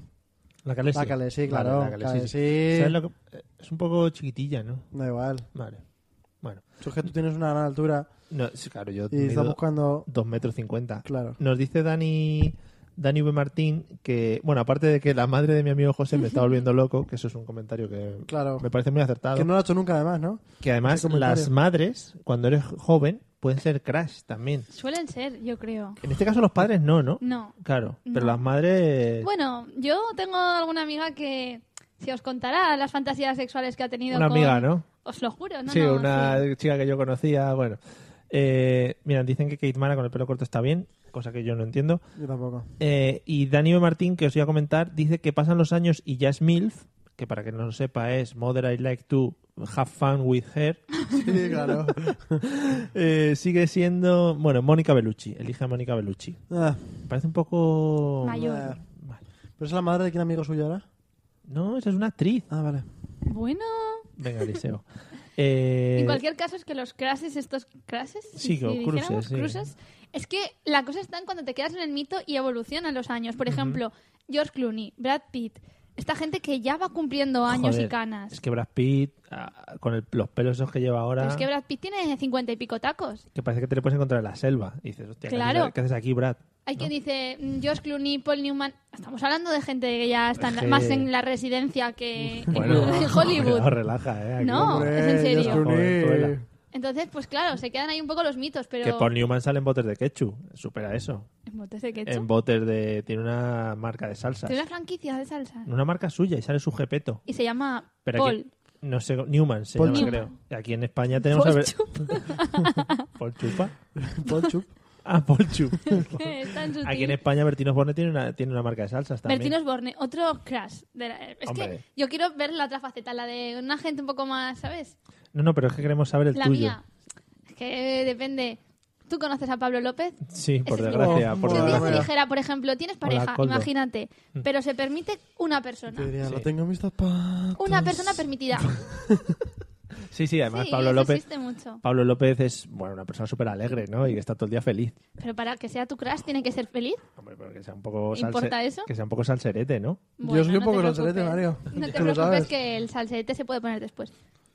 [SPEAKER 2] La Calesi.
[SPEAKER 4] La Khaleesi, claro,
[SPEAKER 2] la Khaleesi, sí.
[SPEAKER 4] Khaleesi.
[SPEAKER 2] ¿Sabes lo que- eh, Es un poco chiquitilla, ¿no?
[SPEAKER 4] Da igual.
[SPEAKER 2] Vale. Bueno.
[SPEAKER 4] Tú es que tú tienes una gran altura
[SPEAKER 2] No, sí, claro, yo
[SPEAKER 4] y estás
[SPEAKER 2] mido
[SPEAKER 4] buscando...
[SPEAKER 2] 2 metros 50.
[SPEAKER 4] Claro.
[SPEAKER 2] Nos dice Dani, Dani V. Martín que, bueno, aparte de que la madre de mi amigo José me está volviendo loco, que eso es un comentario que
[SPEAKER 4] Claro.
[SPEAKER 2] me parece muy acertado,
[SPEAKER 4] Que
[SPEAKER 2] que,
[SPEAKER 4] no lo ha hecho nunca, además, ¿no?
[SPEAKER 2] además
[SPEAKER 4] ese comentario.
[SPEAKER 2] las madres, cuando eres joven, pueden ser crash también.
[SPEAKER 5] Suelen ser, yo creo.
[SPEAKER 2] En este caso los padres no, ¿no?
[SPEAKER 5] No.
[SPEAKER 2] Claro, pero
[SPEAKER 5] No.
[SPEAKER 2] las madres...
[SPEAKER 5] Bueno, yo tengo alguna amiga que se os contará las fantasías sexuales que ha tenido.
[SPEAKER 2] una
[SPEAKER 5] con-
[SPEAKER 2] amiga, ¿no?
[SPEAKER 5] Os lo juro, ¿no?
[SPEAKER 2] sí,
[SPEAKER 5] no,
[SPEAKER 2] una
[SPEAKER 5] sí.
[SPEAKER 2] chica que yo conocía, bueno. Eh, mira, dicen que Kate Mara con el pelo corto está bien, cosa que yo no entiendo.
[SPEAKER 4] Yo tampoco.
[SPEAKER 2] Eh, y Dani B. Martín, que os iba a comentar, dice que pasan los años y ya es MILF, que para que no lo sepa es Mother I Like to Have Fun With Her,
[SPEAKER 4] Sí, claro.
[SPEAKER 2] eh, sigue siendo, bueno, Mónica Bellucci, elige a Mónica Bellucci.
[SPEAKER 4] Ah,
[SPEAKER 2] Me parece un poco...
[SPEAKER 5] Mayor.
[SPEAKER 4] eh,
[SPEAKER 2] Vale.
[SPEAKER 4] ¿Pero es la madre de quién amigo suyo ahora?
[SPEAKER 2] No, esa es una actriz.
[SPEAKER 4] Ah, vale.
[SPEAKER 5] Bueno,
[SPEAKER 2] Venga, Eliseo. Eh,
[SPEAKER 5] en cualquier caso es que los crashes, estos crashes,
[SPEAKER 2] Sí,
[SPEAKER 5] si
[SPEAKER 2] o cruces,
[SPEAKER 5] dijéramos
[SPEAKER 2] sí.
[SPEAKER 5] cruces, es que la cosa está en cuando te quedas en el mito y evolucionan los años. Por ejemplo, George Clooney, Brad Pitt, esta gente que ya va cumpliendo años
[SPEAKER 2] joder,
[SPEAKER 5] y canas.
[SPEAKER 2] Es que Brad Pitt, ah, con el- los pelos esos que lleva ahora,
[SPEAKER 5] Pero es que Brad Pitt tiene cincuenta y pico tacos.
[SPEAKER 2] que parece que te le puedes encontrar en la selva. Y dices, hostia, ¿qué
[SPEAKER 5] Claro.
[SPEAKER 2] haces- ¿qué haces aquí, Brad?
[SPEAKER 5] Hay
[SPEAKER 2] ¿No?
[SPEAKER 5] quien dice mm, George Clooney, Paul Newman. Estamos hablando de gente que ya está en la-
[SPEAKER 2] Sí.
[SPEAKER 5] más en la residencia que en-
[SPEAKER 2] Bueno,
[SPEAKER 5] en Hollywood.
[SPEAKER 2] no, relaja, ¿eh? Aquí
[SPEAKER 5] No,
[SPEAKER 4] Hombre,
[SPEAKER 5] Ah, es en serio.
[SPEAKER 4] George Clooney.
[SPEAKER 2] Jovenzuela.
[SPEAKER 5] Entonces, pues claro, se quedan ahí un poco los mitos, pero.
[SPEAKER 2] Que Paul Newman sale en botes de ketchup. Supera eso.
[SPEAKER 5] ¿En botes de ketchup?
[SPEAKER 2] En botes de... Tiene una marca de salsas.
[SPEAKER 5] Tiene una franquicia de salsa.
[SPEAKER 2] Una marca suya y sale su jepeto.
[SPEAKER 5] Y se llama
[SPEAKER 2] Pero aquí-
[SPEAKER 5] Paul.
[SPEAKER 2] No sé, Newman se
[SPEAKER 4] Paul
[SPEAKER 2] llama,
[SPEAKER 5] Newman.
[SPEAKER 2] creo. Y Aquí en España tenemos
[SPEAKER 5] Paul
[SPEAKER 2] a ver...
[SPEAKER 5] Chup.
[SPEAKER 2] ¿Paul Chupa?
[SPEAKER 4] Paul Chup.
[SPEAKER 2] Ah, Paul Chup.
[SPEAKER 5] Que es tan sutil.
[SPEAKER 2] Aquí en España Bertinos Borne tiene una, tiene una marca de salsas también.
[SPEAKER 5] Bertino Osborne, otro crash. de la- Es
[SPEAKER 2] Hombre.
[SPEAKER 5] que yo quiero ver la otra faceta, la de una gente un poco más, ¿sabes?
[SPEAKER 2] No, no, pero es que queremos saber el
[SPEAKER 5] la
[SPEAKER 2] tuyo.
[SPEAKER 5] mía. Es que eh, depende. ¿Tú conoces a Pablo López?
[SPEAKER 2] Sí, por
[SPEAKER 5] Ese es mi-
[SPEAKER 2] desgracia.
[SPEAKER 4] Oh,
[SPEAKER 2] por
[SPEAKER 5] Si un
[SPEAKER 4] Bueno,
[SPEAKER 5] día
[SPEAKER 2] desgracia.
[SPEAKER 5] te
[SPEAKER 4] bueno.
[SPEAKER 5] dijera, por ejemplo, tienes pareja,
[SPEAKER 2] Coldo.
[SPEAKER 5] imagínate,
[SPEAKER 2] Mm.
[SPEAKER 5] pero se permite una
[SPEAKER 4] Te
[SPEAKER 5] persona.
[SPEAKER 4] diría,
[SPEAKER 2] Sí.
[SPEAKER 4] lo tengo en mis zapatos.
[SPEAKER 5] Una persona permitida.
[SPEAKER 2] Sí, sí, además
[SPEAKER 5] Sí,
[SPEAKER 2] Pablo
[SPEAKER 5] eso
[SPEAKER 2] López...
[SPEAKER 5] existe mucho.
[SPEAKER 2] Pablo López es, bueno, una persona súper alegre, ¿no? Y que está todo el día feliz.
[SPEAKER 5] Pero para que sea tu crush, tiene que ser feliz.
[SPEAKER 2] Hombre, pero que sea un poco...
[SPEAKER 5] ¿Importa
[SPEAKER 2] salse-
[SPEAKER 5] eso?
[SPEAKER 2] Que sea un poco salserete, ¿no?
[SPEAKER 5] Bueno,
[SPEAKER 4] soy un
[SPEAKER 5] no
[SPEAKER 4] poco
[SPEAKER 5] te
[SPEAKER 4] salserete,
[SPEAKER 5] preocupes.
[SPEAKER 4] Mario.
[SPEAKER 5] No
[SPEAKER 4] Tú
[SPEAKER 5] te
[SPEAKER 4] lo sabes.
[SPEAKER 5] preocupes que el salsete se puede poner después.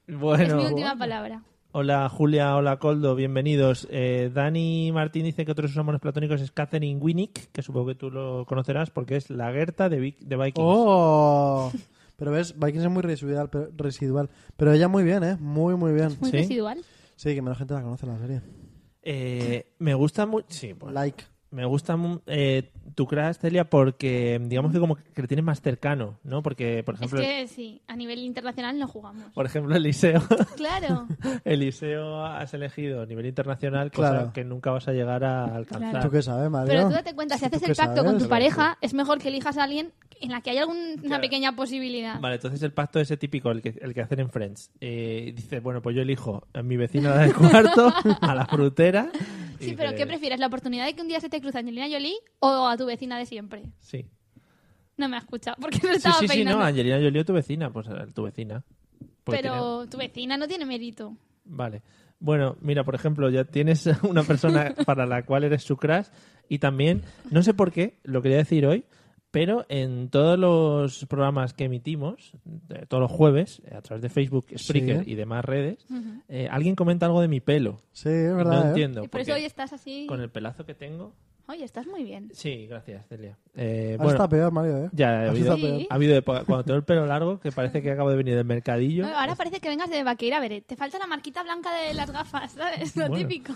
[SPEAKER 2] Bueno,
[SPEAKER 5] es mi última palabra.
[SPEAKER 2] Hola Julia, hola Coldo, bienvenidos. Eh, Dani Martín dice que otro de sus amores platónicos es Catherine Winnick, que supongo que tú lo conocerás porque es la Gerta de, Vic- de Vikings.
[SPEAKER 4] ¡Oh! Pero ves, Vikings es muy residual, pero, residual. Pero ella muy bien, ¿eh? Muy, muy bien.
[SPEAKER 5] Muy
[SPEAKER 2] ¿Sí?
[SPEAKER 5] residual.
[SPEAKER 4] Sí, que menos gente la conoce la serie.
[SPEAKER 2] Eh, me gusta mucho. Sí, bueno,
[SPEAKER 4] Like.
[SPEAKER 2] Me gusta mu- eh, tu crash, Celia, porque digamos que como que le tienes más cercano, ¿no? Porque, por
[SPEAKER 5] Es
[SPEAKER 2] ejemplo,
[SPEAKER 5] que sí, a nivel internacional no jugamos.
[SPEAKER 2] por ejemplo Eliseo,
[SPEAKER 5] Claro.
[SPEAKER 2] Eliseo has elegido a nivel internacional, cosa
[SPEAKER 4] Claro.
[SPEAKER 2] que nunca vas a llegar a alcanzar.
[SPEAKER 5] Claro.
[SPEAKER 4] ¿Tú qué sabes, Mario?
[SPEAKER 5] Pero tú date cuenta, si
[SPEAKER 4] ¿Tú
[SPEAKER 5] haces
[SPEAKER 4] qué
[SPEAKER 5] el pacto con
[SPEAKER 4] sabes?
[SPEAKER 5] tu pareja, es mejor que elijas a alguien en la que haya alguna
[SPEAKER 2] Claro.
[SPEAKER 5] pequeña posibilidad.
[SPEAKER 2] Vale, entonces el pacto ese típico, el que, el que hacen en Friends. Eh, dice, bueno, pues yo elijo a mi vecina del cuarto, a la frutera. y
[SPEAKER 5] Sí, pero
[SPEAKER 2] dice,
[SPEAKER 5] ¿qué prefieres? ¿La oportunidad de que un día se te cruza Angelina Jolie o a tu vecina de siempre?
[SPEAKER 2] Sí,
[SPEAKER 5] No me ha escuchado porque no
[SPEAKER 2] sí,
[SPEAKER 5] estaba
[SPEAKER 2] sí, sí,
[SPEAKER 5] peinando.
[SPEAKER 2] no, Angelina Jolie o tu vecina, pues a tu vecina. Porque tiene-
[SPEAKER 5] pero tu vecina no tiene mérito.
[SPEAKER 2] Vale. Bueno, mira, por ejemplo, ya tienes una persona para la cual eres su crush y también, no sé por qué, lo quería decir hoy, pero en todos los programas que emitimos, de- todos los jueves, a través de Facebook, Spreaker
[SPEAKER 4] Sí.
[SPEAKER 2] y demás redes, eh, alguien comenta algo de mi pelo.
[SPEAKER 4] Sí, es verdad.
[SPEAKER 2] no
[SPEAKER 4] ¿eh?
[SPEAKER 2] entiendo.
[SPEAKER 5] Y por
[SPEAKER 2] porque
[SPEAKER 5] eso hoy estás así.
[SPEAKER 2] Con el pelazo que tengo.
[SPEAKER 5] Hoy estás muy bien.
[SPEAKER 2] Sí, gracias, Celia. Eh,
[SPEAKER 4] Ahora
[SPEAKER 2] bueno,
[SPEAKER 4] está peor, Mario, ¿eh?
[SPEAKER 2] ya ha
[SPEAKER 4] Ahora
[SPEAKER 2] habido,
[SPEAKER 4] está peor.
[SPEAKER 5] Sí.
[SPEAKER 2] ha habido época- Cuando tengo el pelo largo, que parece que acabo de venir del mercadillo.
[SPEAKER 5] No, Ahora parece que vengas de vaqueira. A ver, eh, te falta la marquita blanca de las gafas, ¿sabes? Lo
[SPEAKER 2] Bueno.
[SPEAKER 5] típico.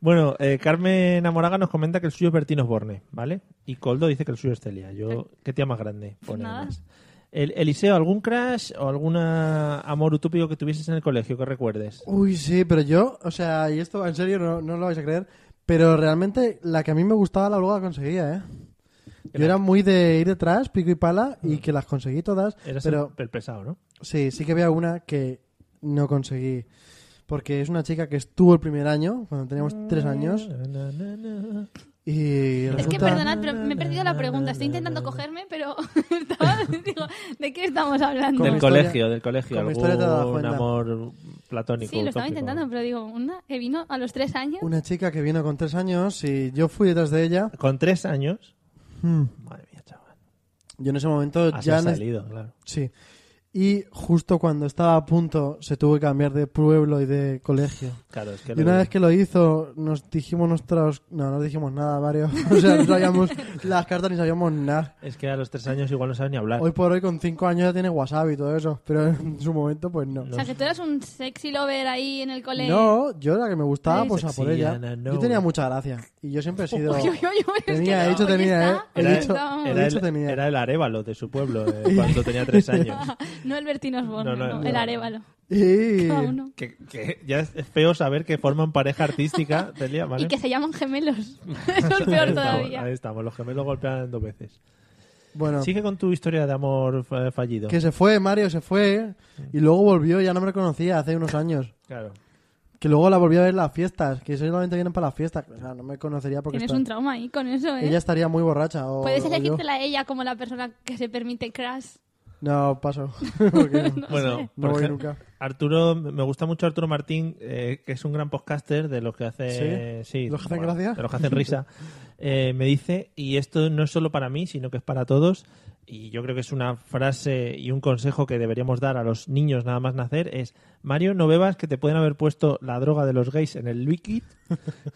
[SPEAKER 2] Bueno, eh, Carmen Amoraga nos comenta que el suyo es Bertino Osborne, ¿vale? Y Coldo dice que el suyo es Celia. Yo, ¿qué tía más grande? Pone
[SPEAKER 5] Eh. Pues Nada.
[SPEAKER 2] además. El, Eliseo, ¿algún crash o algún amor utópico que tuvieses en el colegio que recuerdes?
[SPEAKER 4] Uy, sí, pero yo, o sea, y esto en serio no, no lo vais a creer, pero realmente la que a mí me gustaba la luego la conseguía, ¿eh? Yo era muy de ir detrás, pico y pala, y que las conseguí todas,
[SPEAKER 2] Eras
[SPEAKER 4] pero
[SPEAKER 2] el, el pesado, ¿no?
[SPEAKER 4] sí, sí que había una que no conseguí. Porque es una chica que estuvo el primer año, cuando teníamos tres años,
[SPEAKER 2] Na, na, na.
[SPEAKER 4] y
[SPEAKER 5] Mm. Es que
[SPEAKER 4] resulta...
[SPEAKER 5] perdonad, pero me he perdido la pregunta. Estoy intentando cogerme, pero estaba- digo, ¿de qué estamos hablando?
[SPEAKER 4] Con
[SPEAKER 2] Del
[SPEAKER 4] mi
[SPEAKER 2] colegio,
[SPEAKER 4] historia-
[SPEAKER 2] del colegio.
[SPEAKER 4] con mi historia te has dado
[SPEAKER 2] Algún
[SPEAKER 4] cuenta.
[SPEAKER 2] amor platónico.
[SPEAKER 5] Sí, lo estaba
[SPEAKER 2] utópico.
[SPEAKER 5] intentando, pero digo, una que vino a los tres años.
[SPEAKER 4] Una chica que vino con tres años y yo fui detrás de ella.
[SPEAKER 2] Con tres años.
[SPEAKER 4] Hmm,
[SPEAKER 2] Madre mía, chaval.
[SPEAKER 4] Yo en ese momento
[SPEAKER 2] Has
[SPEAKER 4] ya... ne-
[SPEAKER 2] salido, claro.
[SPEAKER 4] Sí. Y justo cuando estaba a punto, se tuvo que cambiar de pueblo y de colegio.
[SPEAKER 2] Claro, es que
[SPEAKER 4] Y
[SPEAKER 2] lo-
[SPEAKER 4] una vez que lo hizo, nos dijimos nuestros... No, no dijimos nada, varios. O sea, no sabíamos las cartas ni sabíamos nada.
[SPEAKER 2] Es que a los tres años igual no sabes ni hablar.
[SPEAKER 4] Hoy por hoy, con cinco años, ya tiene WhatsApp y todo eso. Pero en su momento, pues no.
[SPEAKER 5] O sea, que tú eras un sexy lover ahí en el colegio.
[SPEAKER 4] No, yo la que me gustaba, pues a por
[SPEAKER 2] Sexy,
[SPEAKER 4] ella.
[SPEAKER 2] Ana, no.
[SPEAKER 4] Yo tenía mucha gracia. Y yo siempre he sido...
[SPEAKER 5] Uy, uy, uy, uy, es
[SPEAKER 4] Tenía,
[SPEAKER 5] que
[SPEAKER 4] he
[SPEAKER 5] no,
[SPEAKER 4] dicho
[SPEAKER 5] hoy
[SPEAKER 4] tenía,
[SPEAKER 5] está-
[SPEAKER 4] ¿eh? He
[SPEAKER 5] hoy
[SPEAKER 2] Era,
[SPEAKER 4] dicho-
[SPEAKER 5] está-
[SPEAKER 2] era
[SPEAKER 4] dicho
[SPEAKER 2] el,
[SPEAKER 4] tenía.
[SPEAKER 2] era el arévalo de su pueblo eh, cuando tenía tres años.
[SPEAKER 5] No el Bertino Osborne,
[SPEAKER 2] No, no,
[SPEAKER 5] no,
[SPEAKER 2] no.
[SPEAKER 5] el Arevalo.
[SPEAKER 4] Y...
[SPEAKER 5] Cada uno.
[SPEAKER 2] que, que ya es es feo saber que forman pareja artística, Celia, ¿vale?
[SPEAKER 5] Y que se llaman gemelos. Eso es peor
[SPEAKER 2] Ahí estamos,
[SPEAKER 5] todavía.
[SPEAKER 2] Ahí estamos, los gemelos golpean dos veces.
[SPEAKER 4] Bueno,
[SPEAKER 2] Sigue con tu historia de amor eh, fallido.
[SPEAKER 4] que se fue, Mario, se fue. Y luego volvió, ya no me reconocía hace unos años.
[SPEAKER 2] Claro.
[SPEAKER 4] Que luego la volví a ver en las fiestas, que solamente vienen para las fiestas. O sea, no me conocería porque
[SPEAKER 5] Tienes
[SPEAKER 4] está-
[SPEAKER 5] un trauma ahí con eso, ¿eh?
[SPEAKER 4] ella estaría muy borracha. O,
[SPEAKER 5] Puedes
[SPEAKER 4] o yo.
[SPEAKER 5] elegírtela a ella como la persona que se permite crash.
[SPEAKER 4] No, paso. Porque no.
[SPEAKER 2] Bueno,
[SPEAKER 4] No
[SPEAKER 2] por
[SPEAKER 4] voy
[SPEAKER 2] ejem-
[SPEAKER 4] nunca.
[SPEAKER 2] Arturo, me gusta mucho Arturo Martín, eh, que es un gran podcaster de los que hace.
[SPEAKER 4] ¿Sí? ¿Los que hacen
[SPEAKER 2] bueno,
[SPEAKER 4] gracia?
[SPEAKER 2] De los que hacen risa. Eh, me dice, y esto no es solo para mí, sino que es para todos. Y yo creo que es una frase y un consejo que deberíamos dar a los niños nada más nacer: es Mario, no bebas que te pueden haber puesto la droga de los gays en el liquid,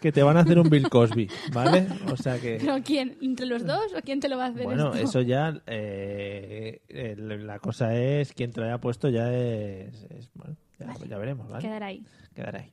[SPEAKER 2] que te van a hacer un Bill Cosby, ¿vale? O sea que.
[SPEAKER 5] ¿Pero quién? ¿Entre los dos o quién te lo va a hacer?
[SPEAKER 2] Bueno,
[SPEAKER 5] esto?
[SPEAKER 2] eso ya, eh, eh, la cosa es, quien te lo haya puesto ya es, es- bueno, ya, ya veremos, ¿vale?
[SPEAKER 5] Quedará ahí.
[SPEAKER 2] Quedará ahí.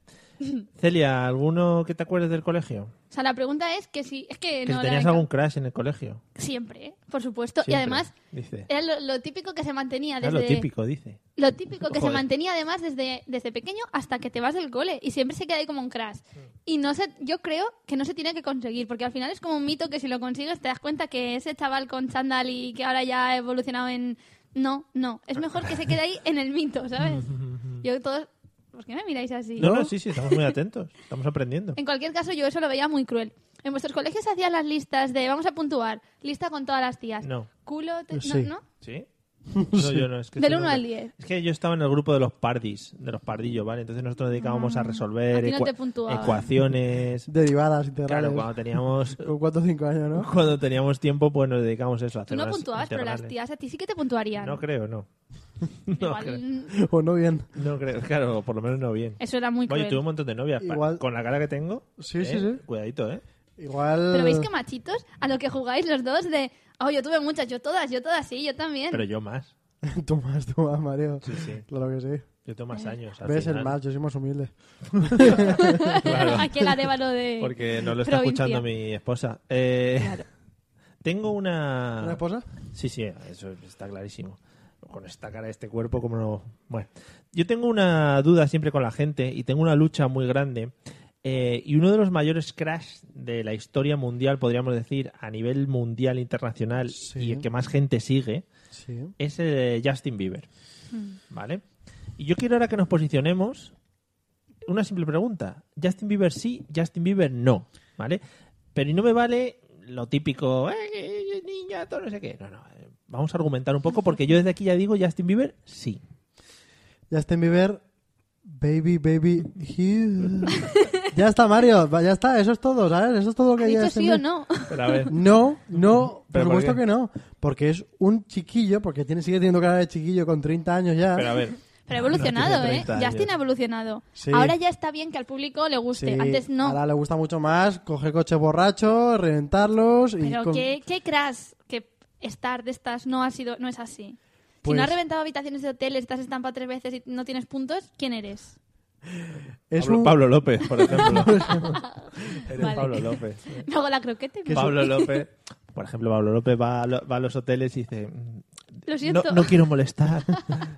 [SPEAKER 2] Celia, ¿alguno que te acuerdes del colegio?
[SPEAKER 5] O sea, la pregunta es que si... Es que,
[SPEAKER 2] Que
[SPEAKER 5] Eh, no... la-
[SPEAKER 2] tenías algún crash en el colegio.
[SPEAKER 5] Siempre, ¿eh? por supuesto. Y
[SPEAKER 2] Siempre,
[SPEAKER 5] además...
[SPEAKER 2] Dice.
[SPEAKER 5] Era lo, lo típico que se mantenía
[SPEAKER 2] Era
[SPEAKER 5] desde...
[SPEAKER 2] lo típico, dice.
[SPEAKER 5] Lo típico que
[SPEAKER 2] Joder.
[SPEAKER 5] se mantenía además desde, desde pequeño hasta que te vas del cole y siempre se queda ahí como un crash. Y no sé, yo creo que no se tiene que conseguir porque al final es como un mito que si lo consigues te das cuenta que ese chaval con chándal y que ahora ya ha evolucionado en... No, no, es mejor que se quede ahí en el mito, ¿sabes? Yo todos... ¿Por qué me miráis así?
[SPEAKER 2] No, no, sí, sí, estamos muy atentos. Estamos aprendiendo.
[SPEAKER 5] En cualquier caso, yo eso lo veía muy cruel. En vuestros colegios se hacían las listas de vamos a puntuar, lista con todas las tías.
[SPEAKER 2] No.
[SPEAKER 5] Culo, te-
[SPEAKER 4] Sí.
[SPEAKER 5] no, no.
[SPEAKER 2] ¿Sí? No, yo no, es que
[SPEAKER 5] Del
[SPEAKER 2] soy
[SPEAKER 5] uno
[SPEAKER 2] muy-
[SPEAKER 5] al diez.
[SPEAKER 2] Es que yo estaba en el grupo de los pardis, de los pardillos, ¿vale? Entonces nosotros nos dedicábamos a
[SPEAKER 5] Ah. A
[SPEAKER 2] resolver
[SPEAKER 5] ti no te
[SPEAKER 2] ecua-
[SPEAKER 5] puntuaban.
[SPEAKER 2] ecuaciones.
[SPEAKER 4] Derivadas, integrales.
[SPEAKER 2] Claro, cuando teníamos
[SPEAKER 4] Con cuatro o cinco años, ¿no?
[SPEAKER 2] cuando teníamos tiempo, pues nos dedicamos a eso. A
[SPEAKER 5] Tú
[SPEAKER 2] hacer
[SPEAKER 5] no
[SPEAKER 2] unas
[SPEAKER 5] puntuabas, pero las
[SPEAKER 2] integrales.
[SPEAKER 5] tías a ti sí que te puntuarían.
[SPEAKER 2] No creo, no.
[SPEAKER 5] Igual,
[SPEAKER 2] creo.
[SPEAKER 5] mm,
[SPEAKER 4] O no bien.
[SPEAKER 2] No creo, claro, por lo menos no bien.
[SPEAKER 5] Eso era
[SPEAKER 2] Oye,
[SPEAKER 5] muy cruel.
[SPEAKER 2] tuve un montón de novias. pa-
[SPEAKER 4] Igual-
[SPEAKER 2] Con la cara que tengo.
[SPEAKER 4] Sí,
[SPEAKER 2] ¿eh?
[SPEAKER 4] sí, sí.
[SPEAKER 2] Cuidadito, ¿eh?
[SPEAKER 4] Igual...
[SPEAKER 5] Pero veis que machitos a lo que jugáis los dos de, oh, yo tuve muchas, yo todas, yo todas, sí, yo también.
[SPEAKER 2] Pero yo más.
[SPEAKER 4] Tú más, tú más, Mario.
[SPEAKER 2] Sí, sí.
[SPEAKER 4] Claro que sí.
[SPEAKER 2] Yo tengo
[SPEAKER 5] Eh.
[SPEAKER 2] más años. al
[SPEAKER 4] Ves el
[SPEAKER 2] final,
[SPEAKER 4] mal, yo soy más humilde.
[SPEAKER 2] Claro.
[SPEAKER 5] Aquí el arévalo de...
[SPEAKER 2] Porque no lo está
[SPEAKER 5] Provincia.
[SPEAKER 2] escuchando mi esposa. Eh, Tengo una...
[SPEAKER 4] ¿Una esposa?
[SPEAKER 2] Sí, sí, eso está clarísimo. Con esta cara, este cuerpo, como no... Bueno, yo tengo una duda siempre con la gente y tengo una lucha muy grande. Eh, y uno de los mayores crash de la historia mundial, podríamos decir, a nivel mundial, internacional,
[SPEAKER 4] Sí.
[SPEAKER 2] y el que más gente sigue,
[SPEAKER 4] Sí.
[SPEAKER 2] es eh, Justin Bieber. ¿Vale? Y yo quiero ahora que nos posicionemos una simple pregunta. Justin Bieber sí, Justin Bieber no. ¿Vale? Pero y no me vale lo típico, "Eh, eh, eh, niña, todo no sé qué. No, no. eh, Vamos a argumentar un poco porque yo desde aquí ya digo Justin Bieber sí.
[SPEAKER 4] Justin Bieber, baby, baby, you. ya está, Mario, va, ya está, eso es todo, ¿sabes? Eso es todo lo que
[SPEAKER 5] ¿Ha
[SPEAKER 4] hay de
[SPEAKER 5] dicho
[SPEAKER 4] Justin
[SPEAKER 5] sí o
[SPEAKER 4] Bieber.
[SPEAKER 5] no?
[SPEAKER 2] Pero a ver,
[SPEAKER 4] No, no, por
[SPEAKER 2] ¿Pero por
[SPEAKER 4] supuesto
[SPEAKER 2] qué?
[SPEAKER 4] que no. Porque es un chiquillo, porque tiene, sigue teniendo cara de chiquillo con 30 años ya.
[SPEAKER 2] pero a ver.
[SPEAKER 5] Pero ha evolucionado,
[SPEAKER 2] No, tiene
[SPEAKER 5] ¿eh?
[SPEAKER 2] 30 años.
[SPEAKER 5] Justin ha evolucionado.
[SPEAKER 4] Sí.
[SPEAKER 5] Ahora ya está bien que al público le guste.
[SPEAKER 4] Sí,
[SPEAKER 5] Antes no.
[SPEAKER 4] Ahora le gusta mucho más coger coches borrachos, reventarlos y.
[SPEAKER 5] Pero
[SPEAKER 4] con-
[SPEAKER 5] qué, qué crash que estar de estas no ha sido, no es así. si
[SPEAKER 4] Pues-
[SPEAKER 5] no has reventado habitaciones de hoteles, te has estampado tres veces y no tienes puntos, ¿quién eres?
[SPEAKER 4] Es
[SPEAKER 2] Pablo,
[SPEAKER 4] un-
[SPEAKER 2] Pablo López, por ejemplo. Eres
[SPEAKER 5] Vale.
[SPEAKER 2] Pablo López.
[SPEAKER 5] Me hago la croqueta y me
[SPEAKER 2] Pablo López. Por ejemplo, Pablo López va a, lo- va a los hoteles y dice, "Mm,
[SPEAKER 5] Lo
[SPEAKER 2] no,
[SPEAKER 5] siento.
[SPEAKER 2] no quiero molestar.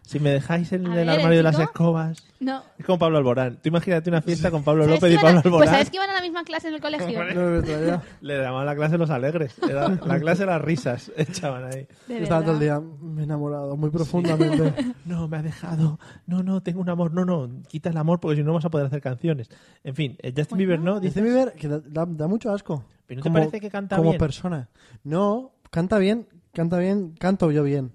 [SPEAKER 2] Si me dejáis en
[SPEAKER 5] A
[SPEAKER 2] el
[SPEAKER 5] ver,
[SPEAKER 2] armario de las
[SPEAKER 5] chico.
[SPEAKER 2] escobas.
[SPEAKER 5] No.
[SPEAKER 2] Es como Pablo Alborán. Tú imagínate una fiesta con Pablo
[SPEAKER 5] ¿Sabes
[SPEAKER 2] López y
[SPEAKER 5] que iban
[SPEAKER 2] Pablo
[SPEAKER 5] a- Pues
[SPEAKER 2] Alborán.
[SPEAKER 5] sabes que iban a la misma clase en el colegio.
[SPEAKER 4] No, no, no, ya.
[SPEAKER 2] Le llamaban la clase los alegres. Era la clase las risas. Echaban ahí.
[SPEAKER 5] De
[SPEAKER 4] Estaba todo el
[SPEAKER 5] verdad.
[SPEAKER 4] día me he enamorado muy profundamente.
[SPEAKER 2] No, me ha dejado. No, no, tengo un amor. No, no, quita el amor porque si no no vas a poder hacer canciones. En fin, eh, Justin Bieber
[SPEAKER 5] pues
[SPEAKER 2] no. Dice,
[SPEAKER 4] Justin Bieber que da, da- da mucho asco.
[SPEAKER 2] ¿Pero no te parece que canta
[SPEAKER 4] como
[SPEAKER 2] bien?
[SPEAKER 4] persona. No, canta bien, canta bien, canto yo bien.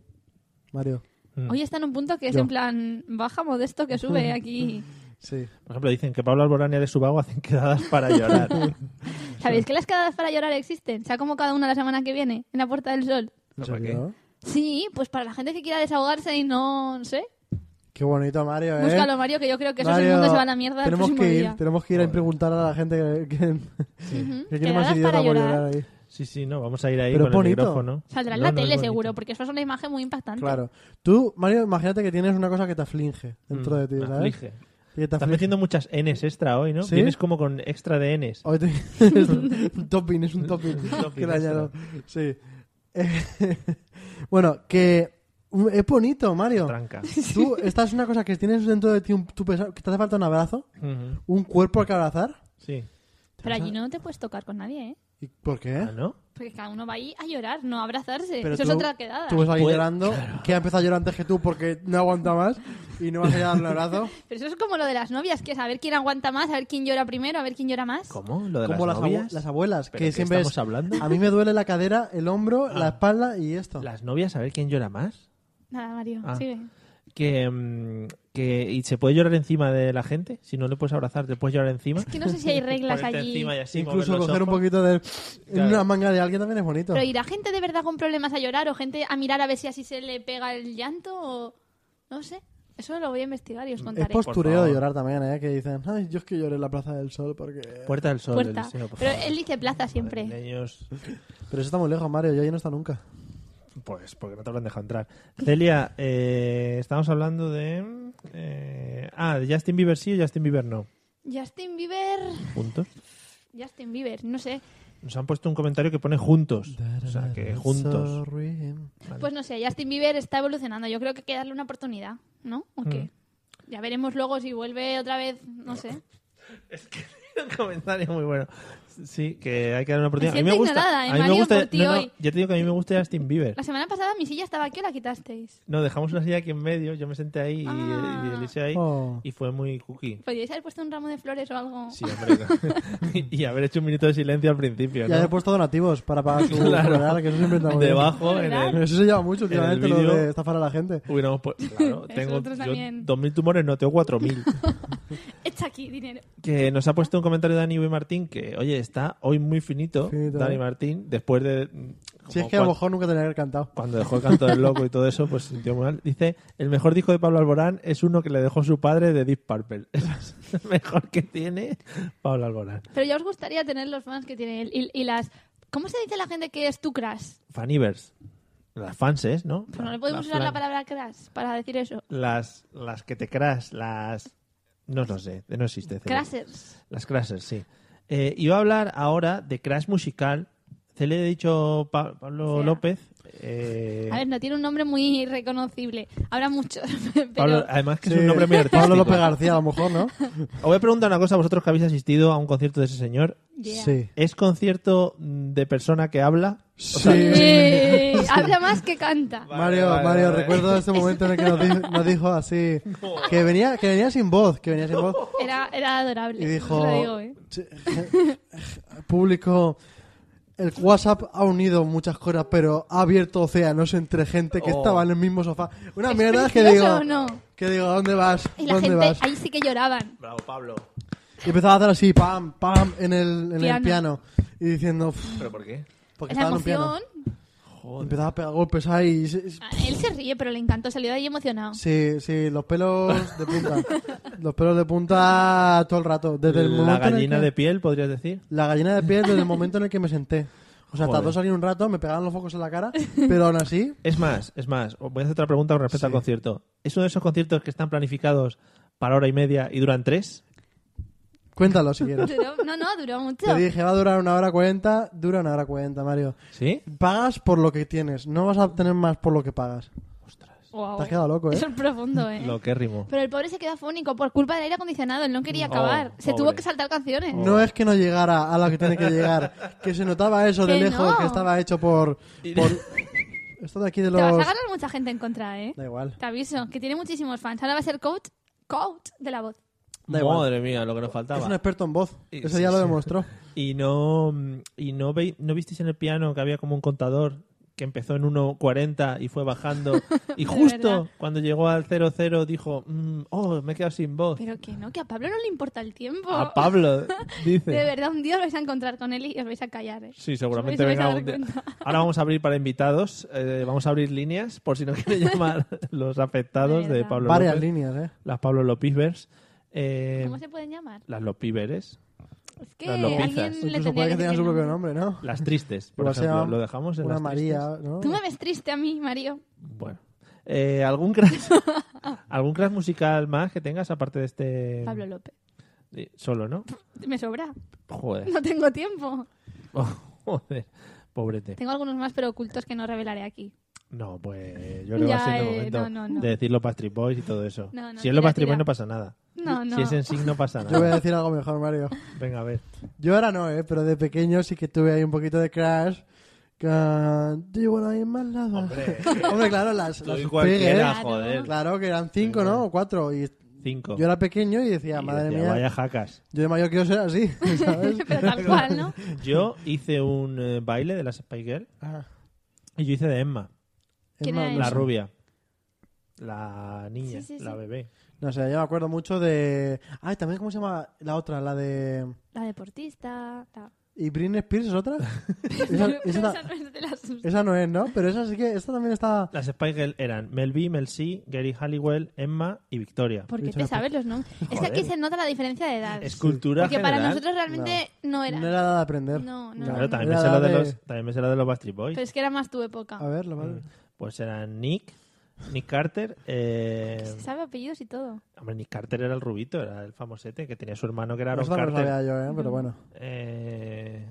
[SPEAKER 4] Mario,
[SPEAKER 5] Hoy está en un punto que es
[SPEAKER 4] Yo.
[SPEAKER 5] en plan baja modesto que sube aquí.
[SPEAKER 4] sí.
[SPEAKER 2] por ejemplo, dicen que Pablo Alborán y Alex Subago hacen quedadas para llorar.
[SPEAKER 5] ¿Sabéis que las quedadas para llorar existen? sea como cada una la semana que viene en la Puerta del Sol.
[SPEAKER 4] ¿En
[SPEAKER 2] ¿Para qué?
[SPEAKER 4] serio?
[SPEAKER 5] Sí, pues para la gente que quiera desahogarse y no, no sé.
[SPEAKER 4] Qué bonito, Mario, ¿eh?
[SPEAKER 5] Búscalo, Mario, que yo creo que eso es el
[SPEAKER 4] Mario,
[SPEAKER 5] mundo se va a la mierda el
[SPEAKER 4] tenemos
[SPEAKER 5] próximo
[SPEAKER 4] que ir,
[SPEAKER 5] día.
[SPEAKER 4] Tenemos que ir a preguntar a la gente que, que,
[SPEAKER 5] Ujú.
[SPEAKER 4] que quiere
[SPEAKER 5] Quedadas
[SPEAKER 4] más idiotas
[SPEAKER 5] para
[SPEAKER 4] por
[SPEAKER 5] llorar.
[SPEAKER 4] llorar ahí.
[SPEAKER 2] Sí, sí, no, vamos a ir ahí
[SPEAKER 4] Pero
[SPEAKER 2] con
[SPEAKER 4] es bonito.
[SPEAKER 2] el micrófono.
[SPEAKER 5] Saldrá en
[SPEAKER 2] No,
[SPEAKER 5] la
[SPEAKER 2] no es
[SPEAKER 5] tele
[SPEAKER 2] bonito.
[SPEAKER 5] seguro, porque eso es una imagen muy impactante.
[SPEAKER 4] Claro. Tú, Mario, imagínate que tienes una cosa que te aflige dentro
[SPEAKER 2] Mm,
[SPEAKER 4] de ti,
[SPEAKER 2] me
[SPEAKER 4] ¿sabes?
[SPEAKER 2] aflige.
[SPEAKER 4] Que te
[SPEAKER 2] Estás
[SPEAKER 4] aflige.
[SPEAKER 2] metiendo muchas Ns extra hoy, ¿no?
[SPEAKER 4] ¿Sí?
[SPEAKER 2] Vienes como con extra de Ns.
[SPEAKER 4] Hoy te- es un un topping, es un topping.
[SPEAKER 2] Un topping
[SPEAKER 4] que le
[SPEAKER 2] extra.
[SPEAKER 4] añado. Sí. Eh, bueno, que mm, es bonito, Mario.
[SPEAKER 2] Tranca.
[SPEAKER 4] Tú, esta es una cosa que tienes dentro de ti, un, tu pesar- que te hace falta un abrazo,
[SPEAKER 2] Ujú,
[SPEAKER 4] un cuerpo al que abrazar.
[SPEAKER 2] Sí.
[SPEAKER 5] Pero allí no te puedes tocar con nadie, ¿eh?
[SPEAKER 4] ¿Y ¿Por qué?
[SPEAKER 2] Ah, ¿no?
[SPEAKER 5] Porque cada uno va ahí a llorar, no a abrazarse.
[SPEAKER 4] Pero
[SPEAKER 5] eso
[SPEAKER 4] tú-
[SPEAKER 5] es otra quedada.
[SPEAKER 4] Tú ves a alguien
[SPEAKER 2] Pues-
[SPEAKER 4] llorando, que ha empezado a llorar antes que tú porque no aguanta más y no vas a ir a darle un abrazo.
[SPEAKER 5] Pero eso es como lo de las novias, que es a ver quién aguanta más, a ver quién llora primero, a ver quién llora más.
[SPEAKER 2] ¿Cómo? ¿Lo de
[SPEAKER 4] Como
[SPEAKER 2] las
[SPEAKER 4] las, abu-
[SPEAKER 2] novias?
[SPEAKER 4] las abuelas,
[SPEAKER 2] ¿Pero
[SPEAKER 4] que
[SPEAKER 2] qué
[SPEAKER 4] siempre
[SPEAKER 2] estamos
[SPEAKER 4] es,
[SPEAKER 2] hablando? Ah.
[SPEAKER 4] A mí me duele la cadera, el hombro, la espalda y esto.
[SPEAKER 2] Las novias, a ver quién llora más.
[SPEAKER 5] Nada, Mario,
[SPEAKER 2] Ah.
[SPEAKER 5] sigue.
[SPEAKER 2] Que, mm, que, ¿Y se puede llorar encima de la gente? Si no le puedes abrazar, ¿te puedes llorar encima?
[SPEAKER 5] Es que no sé si hay reglas
[SPEAKER 2] Ponerte
[SPEAKER 5] allí.
[SPEAKER 2] encima y así
[SPEAKER 4] Incluso
[SPEAKER 2] mover los
[SPEAKER 4] coger un
[SPEAKER 2] ojos.
[SPEAKER 4] poquito de... En
[SPEAKER 2] Claro.
[SPEAKER 4] una manga de alguien también es bonito.
[SPEAKER 5] Pero irá gente de verdad con problemas a llorar o gente a mirar a ver si así se le pega el llanto o... No sé. Eso lo voy a investigar y os
[SPEAKER 4] Es
[SPEAKER 5] contaré.
[SPEAKER 4] postureo
[SPEAKER 2] favor.
[SPEAKER 4] de llorar también, ¿eh? Que dicen, ay, yo es que lloré en la Plaza del Sol porque...
[SPEAKER 2] Puerta del Sol,
[SPEAKER 5] Puerta.
[SPEAKER 2] Eliseo, por
[SPEAKER 5] Pero
[SPEAKER 2] favor.
[SPEAKER 5] él dice plaza siempre.
[SPEAKER 2] Madrileños,
[SPEAKER 4] Pero eso está muy lejos, Mario, yo ahí no está nunca.
[SPEAKER 2] Pues porque no te habrán dejado entrar. Celia, eh, estamos hablando de... eh, ah, de Justin Bieber sí o Justin Bieber no.
[SPEAKER 5] Justin Bieber...
[SPEAKER 2] ¿Juntos?
[SPEAKER 5] Justin Bieber, no sé.
[SPEAKER 2] Nos han puesto un comentario que pone juntos. O sea, que juntos.
[SPEAKER 4] Sorry.
[SPEAKER 5] Pues no sé, Justin Bieber está evolucionando. Yo creo que hay que darle una oportunidad, ¿no? ¿O
[SPEAKER 2] Mm.
[SPEAKER 5] qué? Ya veremos luego si vuelve otra vez, no sé.
[SPEAKER 2] un comentario muy bueno. Sí, que hay que dar una oportunidad.
[SPEAKER 5] Me
[SPEAKER 2] a mí me
[SPEAKER 5] siento
[SPEAKER 2] gusta.
[SPEAKER 5] ignorada, eh,
[SPEAKER 2] a mí me
[SPEAKER 5] Mario,
[SPEAKER 2] gusta.
[SPEAKER 5] por ti
[SPEAKER 2] no, no,
[SPEAKER 5] hoy.
[SPEAKER 2] ya te digo que a mí me gusta Justin Bieber.
[SPEAKER 5] La semana pasada mi silla estaba aquí o la quitasteis.
[SPEAKER 2] No, dejamos una silla aquí en medio. Yo me senté ahí y,
[SPEAKER 5] Ah.
[SPEAKER 2] y Eliseo ahí.
[SPEAKER 4] Oh.
[SPEAKER 2] Y fue muy cookie.
[SPEAKER 5] Podríais haber puesto un ramo de flores o algo.
[SPEAKER 2] Sí, hombre. y haber hecho un minuto de silencio al principio.
[SPEAKER 4] Ya
[SPEAKER 2] ¿no?
[SPEAKER 4] he puesto donativos para pagar su funeral, que eso siempre está muy bien.
[SPEAKER 2] Debajo, en el-
[SPEAKER 4] Pero eso se lleva mucho
[SPEAKER 2] En el
[SPEAKER 4] últimamente, lo
[SPEAKER 2] vídeo-
[SPEAKER 4] de estafar a la gente.
[SPEAKER 2] Hubiéramos pu- claro,
[SPEAKER 5] Eso
[SPEAKER 2] tengo
[SPEAKER 5] otros
[SPEAKER 2] yo
[SPEAKER 5] también.
[SPEAKER 2] 2.000 tumores, no, tengo 4.000.
[SPEAKER 5] Echa aquí dinero.
[SPEAKER 2] que nos ha puesto un comentario Dani B. Martín que, oye, está hoy muy finito,
[SPEAKER 4] Finito,
[SPEAKER 2] Dani
[SPEAKER 4] ¿eh?
[SPEAKER 2] Martín, después de... mm,
[SPEAKER 4] Si es
[SPEAKER 2] como
[SPEAKER 4] que a lo
[SPEAKER 2] cuan-
[SPEAKER 4] mejor nunca tenía que haber cantado.
[SPEAKER 2] cuando dejó el canto del loco y todo eso, pues sintió muy mal. Dice, el mejor disco de Pablo Alborán es uno que le dejó su padre de Deep Purple. Eso es el mejor que tiene Pablo Alborán.
[SPEAKER 5] Pero ya os gustaría tener los fans que tiene él y, y las... ¿Cómo se dice la gente que es tu crush?
[SPEAKER 2] Fanivers. Las fanses, ¿no?
[SPEAKER 5] Pues no le podemos
[SPEAKER 2] Las
[SPEAKER 5] usar la
[SPEAKER 2] flan-
[SPEAKER 5] palabra crash para decir eso.
[SPEAKER 2] Las, las que te crash, las... No lo sé, no existe. Cele.
[SPEAKER 5] Crashers.
[SPEAKER 2] Las crashers, sí. Eh, iba a hablar ahora de crash musical. Se le he dicho Pa- Pablo
[SPEAKER 5] Sea.
[SPEAKER 2] López. eh,
[SPEAKER 5] A ver, no tiene un nombre muy reconocible. Habrá muchos. pero-
[SPEAKER 2] Pablo- además que
[SPEAKER 4] Sí,
[SPEAKER 2] es un nombre muy artístico.
[SPEAKER 4] Pablo López García, a lo mejor, ¿no?
[SPEAKER 2] Os voy a preguntar una cosa a vosotros que habéis asistido a un concierto de ese señor.
[SPEAKER 5] Yeah.
[SPEAKER 4] Sí.
[SPEAKER 2] ¿Es concierto de persona que habla?
[SPEAKER 4] Sí.
[SPEAKER 5] Eh, habla más que canta.
[SPEAKER 4] Mario,
[SPEAKER 2] vale,
[SPEAKER 4] Mario,
[SPEAKER 2] vale.
[SPEAKER 4] recuerdo ese momento en el que nos dijo, nos dijo así que venía, que venía sin voz, que venía sin voz
[SPEAKER 5] Era, era adorable.
[SPEAKER 4] y
[SPEAKER 5] os
[SPEAKER 4] dijo
[SPEAKER 5] lo digo, ¿eh?
[SPEAKER 4] "Sí, público el WhatsApp ha unido muchas cosas, pero ha abierto océanos entre gente que
[SPEAKER 2] Oh.
[SPEAKER 4] estaba en el mismo sofá. Una
[SPEAKER 5] ¿Es
[SPEAKER 4] mierda que
[SPEAKER 5] precioso
[SPEAKER 4] digo,
[SPEAKER 5] o no?
[SPEAKER 4] que digo, ¿a dónde vas?
[SPEAKER 5] Y la
[SPEAKER 4] ¿Dónde
[SPEAKER 5] gente,
[SPEAKER 4] vas?
[SPEAKER 5] ahí sí que lloraban.
[SPEAKER 2] Bravo, Pablo.
[SPEAKER 4] Y empezaba a hacer así, pam, pam, en el, en el
[SPEAKER 5] Piano.
[SPEAKER 4] piano. Y diciendo, "Uf",
[SPEAKER 2] ¿Pero por qué?
[SPEAKER 4] porque
[SPEAKER 5] La
[SPEAKER 4] estaba en un piano.
[SPEAKER 5] emoción.
[SPEAKER 4] Empezaba a pegar golpes ahí. y se-
[SPEAKER 5] Ah, Él se ríe, pero le encantó. Salió de ahí emocionado.
[SPEAKER 4] Sí, sí, los pelos de punta. los pelos de punta todo el rato. Desde el
[SPEAKER 2] la
[SPEAKER 4] momento en el
[SPEAKER 2] gallina
[SPEAKER 4] que-
[SPEAKER 2] de piel, podrías decir.
[SPEAKER 4] La gallina de piel desde el momento en el que me senté. O sea,
[SPEAKER 2] Joder.
[SPEAKER 4] tardó salir un rato, me pegaban los focos en la cara, pero aún así...
[SPEAKER 2] Es más, es más, os voy a hacer otra pregunta con respecto al
[SPEAKER 4] Sí.
[SPEAKER 2] concierto. ¿Es uno de esos conciertos que están planificados para hora y media y duran tres?
[SPEAKER 4] Cuéntalo si quieres.
[SPEAKER 5] Duró- no, no, duró mucho.
[SPEAKER 4] Te dije, va a durar una hora cuarenta, dura una hora cuarenta, Mario.
[SPEAKER 2] ¿Sí?
[SPEAKER 4] Pagas por lo que tienes, no vas a obtener más por lo que pagas.
[SPEAKER 5] Guau.
[SPEAKER 4] Te has quedado loco, ¿eh?
[SPEAKER 5] Oh. Eso es profundo, ¿eh?
[SPEAKER 2] Lo que rimo.
[SPEAKER 5] Pero el pobre se quedó afónico por culpa del aire acondicionado. Él no quería
[SPEAKER 2] Mm.
[SPEAKER 5] acabar. se
[SPEAKER 2] Oh, pobre.
[SPEAKER 5] tuvo que saltar canciones.
[SPEAKER 2] Oh.
[SPEAKER 4] No es que no llegara a lo que tiene que llegar, que se notaba eso de
[SPEAKER 5] Que
[SPEAKER 4] lejos,
[SPEAKER 5] no.
[SPEAKER 4] que estaba hecho por... por... Esto de aquí de los...
[SPEAKER 5] Te vas a ganar mucha gente en contra, ¿eh?
[SPEAKER 4] Da igual.
[SPEAKER 5] Te aviso, que tiene muchísimos fans. Ahora va a ser coach, coach de la voz.
[SPEAKER 4] Da igual.
[SPEAKER 2] Madre mía, lo que nos
[SPEAKER 4] Es un
[SPEAKER 2] faltaba.
[SPEAKER 4] experto en voz.
[SPEAKER 2] Y-
[SPEAKER 4] Ese
[SPEAKER 2] sí,
[SPEAKER 4] ya lo
[SPEAKER 2] sí.
[SPEAKER 4] demostró.
[SPEAKER 2] Y no mm, y no, vei- no visteis en el piano que había como un contador que empezó en 1.40 y fue bajando y justo
[SPEAKER 5] verdad.
[SPEAKER 2] cuando llegó al 0.0 dijo, "Mm, oh, me he quedado sin voz.
[SPEAKER 5] Pero que no, que a Pablo no le importa el tiempo.
[SPEAKER 2] A Pablo, dice.
[SPEAKER 5] Oh. De verdad, un día os vais a encontrar con él y os vais a callar, ¿eh?
[SPEAKER 2] Sí, seguramente
[SPEAKER 5] Os vais a
[SPEAKER 2] venga
[SPEAKER 5] dar
[SPEAKER 2] un día.
[SPEAKER 5] cuenta.
[SPEAKER 2] Ahora vamos a abrir para invitados, eh, vamos a abrir líneas por si nos quieren llamar los afectados
[SPEAKER 5] De
[SPEAKER 2] de
[SPEAKER 5] verdad.
[SPEAKER 2] Pablo
[SPEAKER 4] Varias
[SPEAKER 2] López,
[SPEAKER 4] líneas, ¿eh?
[SPEAKER 2] las Pablo Lopizvers, eh,
[SPEAKER 5] ¿Cómo se pueden llamar?
[SPEAKER 2] las Lopiveres,
[SPEAKER 5] Es que
[SPEAKER 2] Las lopizas.
[SPEAKER 5] alguien le
[SPEAKER 4] Incluso
[SPEAKER 5] tendría
[SPEAKER 4] puede que
[SPEAKER 5] que
[SPEAKER 4] tenga
[SPEAKER 5] decir
[SPEAKER 4] su propio
[SPEAKER 5] el
[SPEAKER 4] nombre, ¿no?
[SPEAKER 2] las tristes, por
[SPEAKER 4] Igual se
[SPEAKER 2] ejemplo,
[SPEAKER 4] llama
[SPEAKER 2] lo dejamos en
[SPEAKER 4] Una
[SPEAKER 2] las
[SPEAKER 4] María,
[SPEAKER 2] tristes.
[SPEAKER 4] ¿no?
[SPEAKER 5] Tú me ves triste a mí, Mario.
[SPEAKER 2] Bueno, Eh, algún crash, algún crash musical más que tengas aparte de este
[SPEAKER 5] Pablo López.
[SPEAKER 2] Eh, solo, ¿no?
[SPEAKER 5] Me sobra.
[SPEAKER 2] Pues. Joder,
[SPEAKER 5] No tengo tiempo.
[SPEAKER 2] joder, pobrete.
[SPEAKER 5] Tengo algunos más, pero ocultos que no revelaré aquí.
[SPEAKER 2] No, pues yo creo que
[SPEAKER 5] Ya,
[SPEAKER 2] va siendo
[SPEAKER 5] eh,
[SPEAKER 2] momento
[SPEAKER 5] no, no, no.
[SPEAKER 2] de decir los Backstreet Boys y todo eso.
[SPEAKER 5] No, no,
[SPEAKER 2] si es los
[SPEAKER 5] tira,
[SPEAKER 2] Backstreet Boys
[SPEAKER 5] tira.
[SPEAKER 2] no pasa nada.
[SPEAKER 5] No, no.
[SPEAKER 2] Si es en sí no pasa
[SPEAKER 4] Yo voy a
[SPEAKER 2] nada.
[SPEAKER 4] decir algo mejor, Mario.
[SPEAKER 2] Venga, a ver.
[SPEAKER 4] Yo ahora no, ¿eh? Pero de pequeño sí que tuve ahí un poquito de crash. Con... Do you wanna be my lover? Hombre, claro, las,
[SPEAKER 2] Soy
[SPEAKER 4] las pegues.
[SPEAKER 2] cualquiera,
[SPEAKER 5] Claro.
[SPEAKER 2] joder.
[SPEAKER 4] Claro que eran cinco, ¿no? O cuatro. Y
[SPEAKER 2] Cinco.
[SPEAKER 4] yo era pequeño y decía,
[SPEAKER 2] Y
[SPEAKER 4] madre
[SPEAKER 2] decía,
[SPEAKER 4] mía,
[SPEAKER 2] Vaya jacas.
[SPEAKER 4] yo de mayor quiero ser así, ¿sabes?
[SPEAKER 5] Pero tal cual, ¿no?
[SPEAKER 2] Yo hice un eh, baile de las Spy Girl
[SPEAKER 4] Ah,
[SPEAKER 2] y yo hice de Emma,
[SPEAKER 4] es
[SPEAKER 5] ¿Quién
[SPEAKER 4] más,
[SPEAKER 5] era
[SPEAKER 4] no
[SPEAKER 2] la
[SPEAKER 4] sé.
[SPEAKER 2] rubia. La niña,
[SPEAKER 5] Sí, sí,
[SPEAKER 2] la
[SPEAKER 5] sí.
[SPEAKER 2] bebé.
[SPEAKER 4] No sé, yo me acuerdo mucho de... Ay, también, ¿cómo se llama la otra? La de...
[SPEAKER 5] La deportista. La...
[SPEAKER 4] ¿Y Britney Spears es otra? esa,
[SPEAKER 5] Pero
[SPEAKER 4] esa-
[SPEAKER 5] esa no es de las-
[SPEAKER 4] esa no es, ¿no? Pero esa sí que... Esta también está...
[SPEAKER 2] Las Spy Girl eran Mel B, Mel C, Gary Halliwell, Emma y Victoria.
[SPEAKER 5] ¿Por qué
[SPEAKER 4] Victoria
[SPEAKER 5] te sabes los nombres? Es que
[SPEAKER 2] Joder.
[SPEAKER 5] aquí se nota la diferencia de edad.
[SPEAKER 2] Escultura
[SPEAKER 5] Porque para
[SPEAKER 2] general.
[SPEAKER 5] nosotros realmente no, era.
[SPEAKER 4] No era nada de aprender.
[SPEAKER 5] No, no,
[SPEAKER 2] Claro,
[SPEAKER 5] no.
[SPEAKER 2] también, me
[SPEAKER 4] Era
[SPEAKER 2] sé lo de
[SPEAKER 4] la de-
[SPEAKER 2] los, también me sé lo de los Backstreet Boys.
[SPEAKER 5] Pero es que era más tu época.
[SPEAKER 4] A ver, lo malo.
[SPEAKER 2] Pues eran Nick, Nick Carter. eh,
[SPEAKER 5] Se sabe apellidos y todo.
[SPEAKER 2] hombre, Nick Carter era el rubito, era el famosete que tenía su hermano que era Aaron
[SPEAKER 4] Esta no lo
[SPEAKER 2] Carter.
[SPEAKER 4] sabía yo, ¿eh? Pero bueno.
[SPEAKER 2] Eh,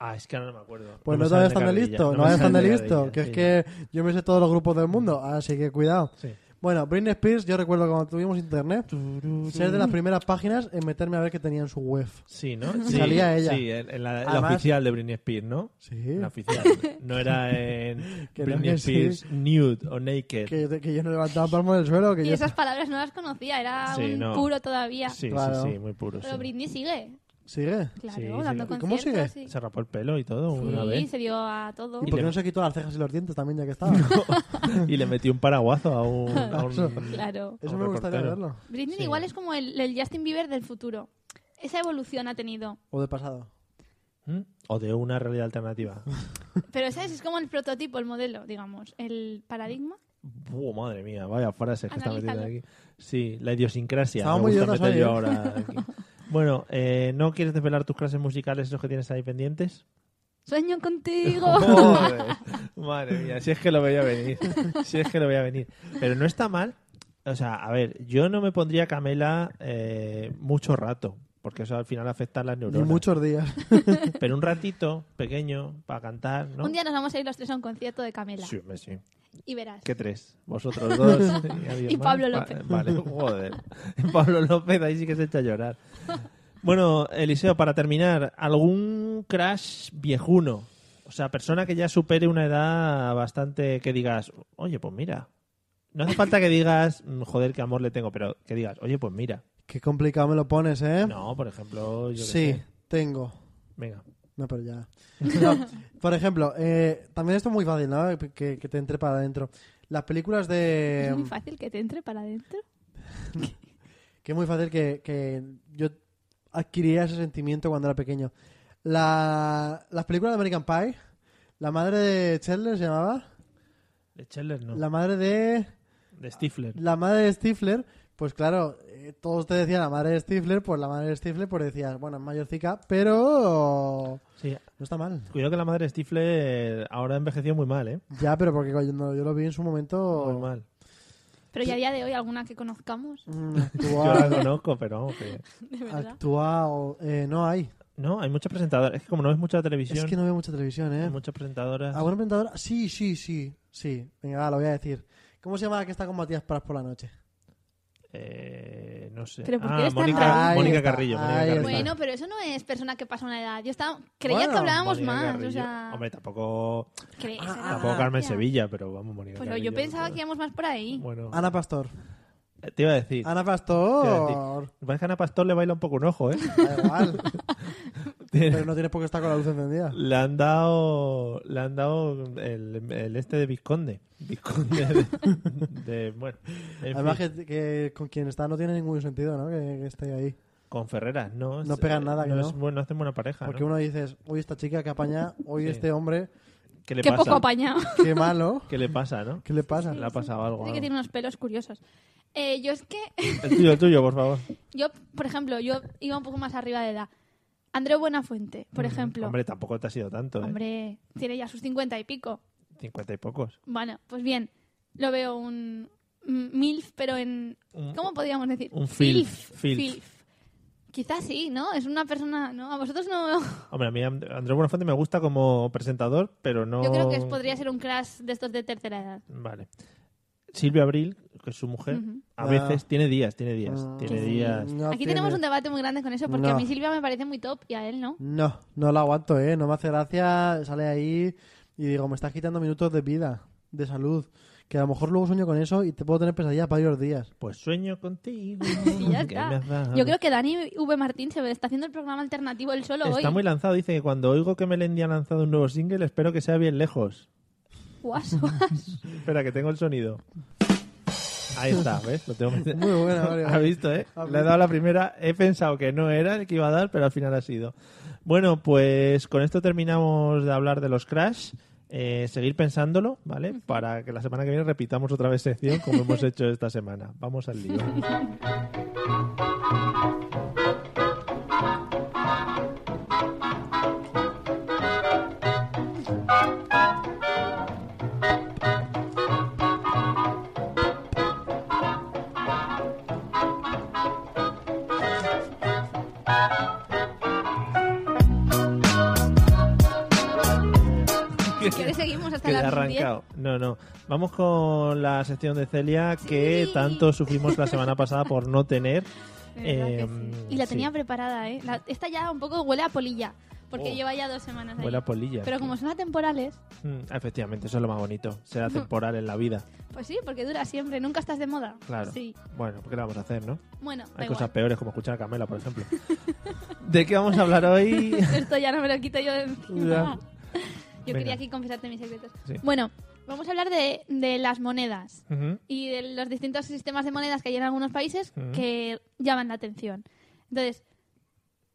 [SPEAKER 2] Ah, es que ahora no me acuerdo.
[SPEAKER 4] Pues
[SPEAKER 2] me
[SPEAKER 4] no, todavía
[SPEAKER 2] salen
[SPEAKER 4] están de
[SPEAKER 2] carrerilla,
[SPEAKER 4] listo. No
[SPEAKER 2] me
[SPEAKER 4] vayas tan de
[SPEAKER 2] salen
[SPEAKER 4] listo.
[SPEAKER 2] carrerilla,
[SPEAKER 4] Que es
[SPEAKER 2] sí.
[SPEAKER 4] que yo me sé todos los grupos del mundo. Así que cuidado.
[SPEAKER 2] Sí.
[SPEAKER 4] Bueno, Britney Spears, yo recuerdo cuando tuvimos internet, ser de las primeras páginas en meterme a ver qué tenía en su web.
[SPEAKER 2] Sí, ¿no? Sí,
[SPEAKER 4] Salía ella.
[SPEAKER 2] Sí, en, en la, la
[SPEAKER 4] Además-
[SPEAKER 2] oficial de Britney Spears, ¿no?
[SPEAKER 4] Sí.
[SPEAKER 2] La oficial. No era en
[SPEAKER 4] Que no,
[SPEAKER 2] Britney
[SPEAKER 4] que sí.
[SPEAKER 2] Spears nude o naked.
[SPEAKER 4] Que, que yo no levantaba palmo del suelo. Que
[SPEAKER 5] Y
[SPEAKER 4] yo...
[SPEAKER 5] esas palabras no las conocía, era
[SPEAKER 2] Sí,
[SPEAKER 5] un
[SPEAKER 2] no.
[SPEAKER 5] puro todavía.
[SPEAKER 2] Sí,
[SPEAKER 4] Claro.
[SPEAKER 2] sí, sí, muy puro.
[SPEAKER 5] Pero
[SPEAKER 2] sí.
[SPEAKER 5] Britney sigue,
[SPEAKER 4] ¿Sigue?
[SPEAKER 5] claro,
[SPEAKER 2] Sí,
[SPEAKER 5] dando
[SPEAKER 2] sigue.
[SPEAKER 4] ¿Y cómo
[SPEAKER 5] conciertos.
[SPEAKER 4] sigue?
[SPEAKER 5] y-
[SPEAKER 2] Se rapó el pelo y todo una
[SPEAKER 5] Sí,
[SPEAKER 2] vez.
[SPEAKER 5] se dio a todo.
[SPEAKER 4] ¿Y
[SPEAKER 2] Y
[SPEAKER 4] por
[SPEAKER 2] le-
[SPEAKER 4] qué no se quitó las cejas y los dientes también ya que estaba?
[SPEAKER 2] Y le metió un paraguazo a un. a un-
[SPEAKER 5] Claro.
[SPEAKER 4] Eso
[SPEAKER 2] Un
[SPEAKER 4] me gustaría
[SPEAKER 2] reportero.
[SPEAKER 4] verlo.
[SPEAKER 5] Britney
[SPEAKER 2] Sí.
[SPEAKER 5] igual es como el, el Justin Bieber del futuro. Esa evolución ha tenido.
[SPEAKER 4] O de pasado.
[SPEAKER 2] ¿Mm? O de una realidad alternativa.
[SPEAKER 5] Pero, ¿sabes? Es como el prototipo, el modelo, digamos. El paradigma.
[SPEAKER 2] Buah, madre mía, vaya frases que está metiendo
[SPEAKER 5] Analízalo.
[SPEAKER 2] aquí. Sí, la idiosincrasia.
[SPEAKER 4] Estaba
[SPEAKER 2] me
[SPEAKER 4] muy
[SPEAKER 2] gusta
[SPEAKER 4] idiotas
[SPEAKER 2] meter yo
[SPEAKER 4] hoy, ¿eh?
[SPEAKER 2] ahora aquí. Bueno, eh, ¿no quieres desvelar tus clases musicales, esos que tienes ahí pendientes?
[SPEAKER 5] Sueño contigo.
[SPEAKER 2] Joder, Madre mía, si es que lo voy a venir. Si es que lo voy a venir. Pero no está mal. O sea, a ver, yo no me pondría Camela eh, mucho rato, porque eso al final afecta a las
[SPEAKER 4] Ni
[SPEAKER 2] neuronas.
[SPEAKER 4] muchos días.
[SPEAKER 2] Pero un ratito pequeño para cantar, ¿no?
[SPEAKER 5] Un día nos vamos a ir los tres a un concierto de Camela.
[SPEAKER 2] Sí, hombre, sí.
[SPEAKER 5] Y verás.
[SPEAKER 2] ¿Qué tres? Vosotros dos. Y, alguien
[SPEAKER 5] Y
[SPEAKER 2] más.
[SPEAKER 5] Pablo
[SPEAKER 2] Va-
[SPEAKER 5] López.
[SPEAKER 2] Vale, joder. Pablo López ahí sí que se echa a llorar. Bueno, Eliseo, para terminar, algún crash viejuno. O sea, persona que ya supere una edad bastante que digas, oye, pues mira. No hace falta que digas, "Mm, joder, qué amor le tengo, pero que digas, oye, pues mira.
[SPEAKER 4] Qué complicado me lo pones, ¿eh?
[SPEAKER 2] No, por ejemplo, yo qué
[SPEAKER 4] sí,
[SPEAKER 2] sé.
[SPEAKER 4] tengo.
[SPEAKER 2] Venga.
[SPEAKER 4] No, pero ya. No, por ejemplo, eh, también esto es muy fácil, ¿no? Que, que te entre para adentro. Las películas de... mm,
[SPEAKER 5] Es muy fácil que te entre para adentro.
[SPEAKER 4] que es muy fácil que, que yo adquiría ese sentimiento cuando era pequeño. La, las películas de American Pie, la madre de Chandler se llamaba,
[SPEAKER 2] De Scheller, no.
[SPEAKER 4] la madre de
[SPEAKER 2] De Stifler.
[SPEAKER 4] la madre de Stifler, pues claro, eh, todos te decían la madre de Stifler, pues la madre de Stifler, pues decías, bueno, es mayorcica, pero
[SPEAKER 2] Sí.
[SPEAKER 4] no está mal.
[SPEAKER 2] Cuidado que la madre de Stifler ahora envejeció muy mal, ¿eh?
[SPEAKER 4] Ya, pero porque cuando yo lo vi en su
[SPEAKER 2] Muy
[SPEAKER 4] momento
[SPEAKER 2] mal.
[SPEAKER 5] Pero ya a día de hoy, alguna que conozcamos,
[SPEAKER 4] mm,
[SPEAKER 2] Yo la
[SPEAKER 4] actual,
[SPEAKER 2] conozco, pero vamos, que...
[SPEAKER 5] de verdad.
[SPEAKER 4] actual eh, no hay.
[SPEAKER 2] No, hay muchas presentadoras. Es que como no ves mucha
[SPEAKER 4] Es
[SPEAKER 2] televisión,
[SPEAKER 4] que no veo mucha televisión, ¿eh?
[SPEAKER 2] hay muchas presentadoras.
[SPEAKER 4] ¿Alguna presentadora? Sí, sí, sí, sí. Venga, va, lo voy a decir. ¿Cómo se llama la que está con Matías Pras por la noche?
[SPEAKER 2] Eh, no sé.
[SPEAKER 5] Pero ¿por qué
[SPEAKER 2] ah,
[SPEAKER 5] eres tan
[SPEAKER 2] Mónica,
[SPEAKER 5] raro?
[SPEAKER 2] Mónica
[SPEAKER 4] Ahí está,
[SPEAKER 2] Carrillo. Mónica
[SPEAKER 4] ahí
[SPEAKER 2] Carrillo.
[SPEAKER 4] está.
[SPEAKER 5] Bueno, pero eso no es persona que pasa una edad. Yo estaba, creía
[SPEAKER 4] Bueno,
[SPEAKER 5] que hablábamos
[SPEAKER 2] Mónica
[SPEAKER 5] más.
[SPEAKER 2] Carrillo.
[SPEAKER 5] O sea,
[SPEAKER 2] Hombre, tampoco,
[SPEAKER 5] ¿crees?
[SPEAKER 2] Ah, tampoco Carmen
[SPEAKER 5] Ya.
[SPEAKER 2] Sevilla, pero vamos, Mónica
[SPEAKER 5] Pues no,
[SPEAKER 2] Carrillo,
[SPEAKER 5] yo pensaba
[SPEAKER 2] pues,
[SPEAKER 5] que íbamos más por ahí.
[SPEAKER 2] Bueno,
[SPEAKER 4] Ana Pastor.
[SPEAKER 2] eh, te iba a decir.
[SPEAKER 4] Ana
[SPEAKER 2] Quiero
[SPEAKER 4] Pastor.
[SPEAKER 2] Parece que a Ana Pastor le baila un poco un ojo, ¿eh?
[SPEAKER 4] Da igual. Pero no tienes por qué estar con la luz encendida.
[SPEAKER 2] le han dado, le han dado el, el este de Vizconde. Vizconde de, de- bueno. en
[SPEAKER 4] Además
[SPEAKER 2] fin.
[SPEAKER 4] que, que con quien está no tiene ningún sentido, ¿no? Que, que esté ahí.
[SPEAKER 2] con Ferreras, no.
[SPEAKER 4] No
[SPEAKER 2] es-
[SPEAKER 4] pegan nada, que no.
[SPEAKER 2] es bueno, hacen buena pareja.
[SPEAKER 4] Porque
[SPEAKER 2] ¿no?
[SPEAKER 4] uno dices, hoy esta chica que apaña, hoy
[SPEAKER 2] Sí.
[SPEAKER 4] este hombre,
[SPEAKER 2] ¿Qué le
[SPEAKER 5] Qué
[SPEAKER 2] pasa?
[SPEAKER 5] poco apañado.
[SPEAKER 4] qué malo.
[SPEAKER 2] ¿Qué le pasa, no?
[SPEAKER 4] ¿Qué le pasa?
[SPEAKER 2] Le ha pasado algo.
[SPEAKER 5] Dice que
[SPEAKER 2] algo.
[SPEAKER 5] tiene unos pelos curiosos. Eh, yo es que,
[SPEAKER 2] El tuyo, el tuyo, por favor.
[SPEAKER 5] yo, por ejemplo, yo iba un poco más arriba de edad. Andreu Buenafuente, por ejemplo.
[SPEAKER 2] Hombre, tampoco te ha sido tanto, ¿eh?
[SPEAKER 5] Hombre, tiene ya sus 50 y pico.
[SPEAKER 2] 50 y pocos.
[SPEAKER 5] Bueno, pues bien, lo veo un un MILF, pero en...
[SPEAKER 2] Un-
[SPEAKER 5] ¿Cómo podríamos decir?
[SPEAKER 2] un filf, filf.
[SPEAKER 5] Quizás sí, ¿no? Es una persona... ¿no? A vosotros no...
[SPEAKER 2] Hombre, a mí And- Andrés Buenafuente me gusta como presentador, pero no...
[SPEAKER 5] Yo creo que es- podría ser un crash de estos de tercera edad.
[SPEAKER 2] Vale. Silvia Abril, que es su mujer,
[SPEAKER 5] Ujú.
[SPEAKER 2] a
[SPEAKER 4] Ah.
[SPEAKER 2] veces tiene días, tiene días, tiene
[SPEAKER 5] Sí.
[SPEAKER 2] días.
[SPEAKER 4] Mm, No
[SPEAKER 5] Aquí
[SPEAKER 4] tiene-
[SPEAKER 5] tenemos un debate muy grande con eso, porque
[SPEAKER 4] No.
[SPEAKER 5] a mí Silvia me parece muy top y a él no.
[SPEAKER 4] No, no la aguanto, ¿eh? No me hace gracia, sale ahí y digo, me estás quitando minutos de vida, de salud. Que a lo mejor luego sueño con eso y te puedo tener pesadillas varios días.
[SPEAKER 2] Pues sueño contigo.
[SPEAKER 5] Y ya
[SPEAKER 2] que
[SPEAKER 5] está.
[SPEAKER 2] me has dado.
[SPEAKER 5] Yo creo que Dani V. Martín se está haciendo el programa alternativo él solo
[SPEAKER 2] Está
[SPEAKER 5] hoy.
[SPEAKER 2] muy lanzado. Dice que cuando oigo que Melendi ha lanzado un nuevo single, espero que sea bien lejos.
[SPEAKER 5] Guas, guas.
[SPEAKER 2] Espera, que tengo el sonido. Ahí está, ¿ves? Lo tengo que-
[SPEAKER 4] Muy buena, Mario.
[SPEAKER 2] ¿Has visto, eh?
[SPEAKER 4] Ha
[SPEAKER 2] Le he dado la primera. He pensado que no era el que iba a dar, pero al final ha sido. Bueno, pues con esto terminamos de hablar de los Crash. Eh, seguir pensándolo, ¿vale? Para que la semana que viene repitamos otra vez sección como hemos hecho esta semana. Vamos al lío.
[SPEAKER 5] Si quieres seguimos hasta
[SPEAKER 2] Que ya ha
[SPEAKER 5] las 10.
[SPEAKER 2] arrancado. No, no. Vamos con la sección de Celia que tanto sufrimos la semana pasada por no tener.
[SPEAKER 5] Verdad que
[SPEAKER 2] Em,
[SPEAKER 5] sí. Y la
[SPEAKER 2] sí.
[SPEAKER 5] tenía preparada, ¿eh? La- esta ya un poco huele a polilla, porque
[SPEAKER 2] Oh.
[SPEAKER 5] lleva ya dos semanas ahí.
[SPEAKER 2] Huele a polilla.
[SPEAKER 5] Pero como son atemporales,
[SPEAKER 2] Mm, Efectivamente, eso es lo más bonito. Será temporal en la vida.
[SPEAKER 5] pues sí, porque dura siempre, nunca estás de moda.
[SPEAKER 2] Claro.
[SPEAKER 5] Sí.
[SPEAKER 2] Bueno, ¿qué le vamos a hacer, no?
[SPEAKER 5] Bueno, da
[SPEAKER 2] Hay cosas
[SPEAKER 5] igual.
[SPEAKER 2] peores como escuchar a Camela, por ejemplo. ¿De qué vamos a hablar hoy?
[SPEAKER 5] Esto ya no me lo quito yo de encima. Yo
[SPEAKER 2] Venga.
[SPEAKER 5] quería aquí confesarte mis secretos.
[SPEAKER 2] Sí.
[SPEAKER 5] Bueno, vamos a hablar de, de las monedas
[SPEAKER 2] Ujú.
[SPEAKER 5] y de los distintos sistemas de monedas que hay en algunos países
[SPEAKER 2] Ujú.
[SPEAKER 5] que llaman la atención. Entonces,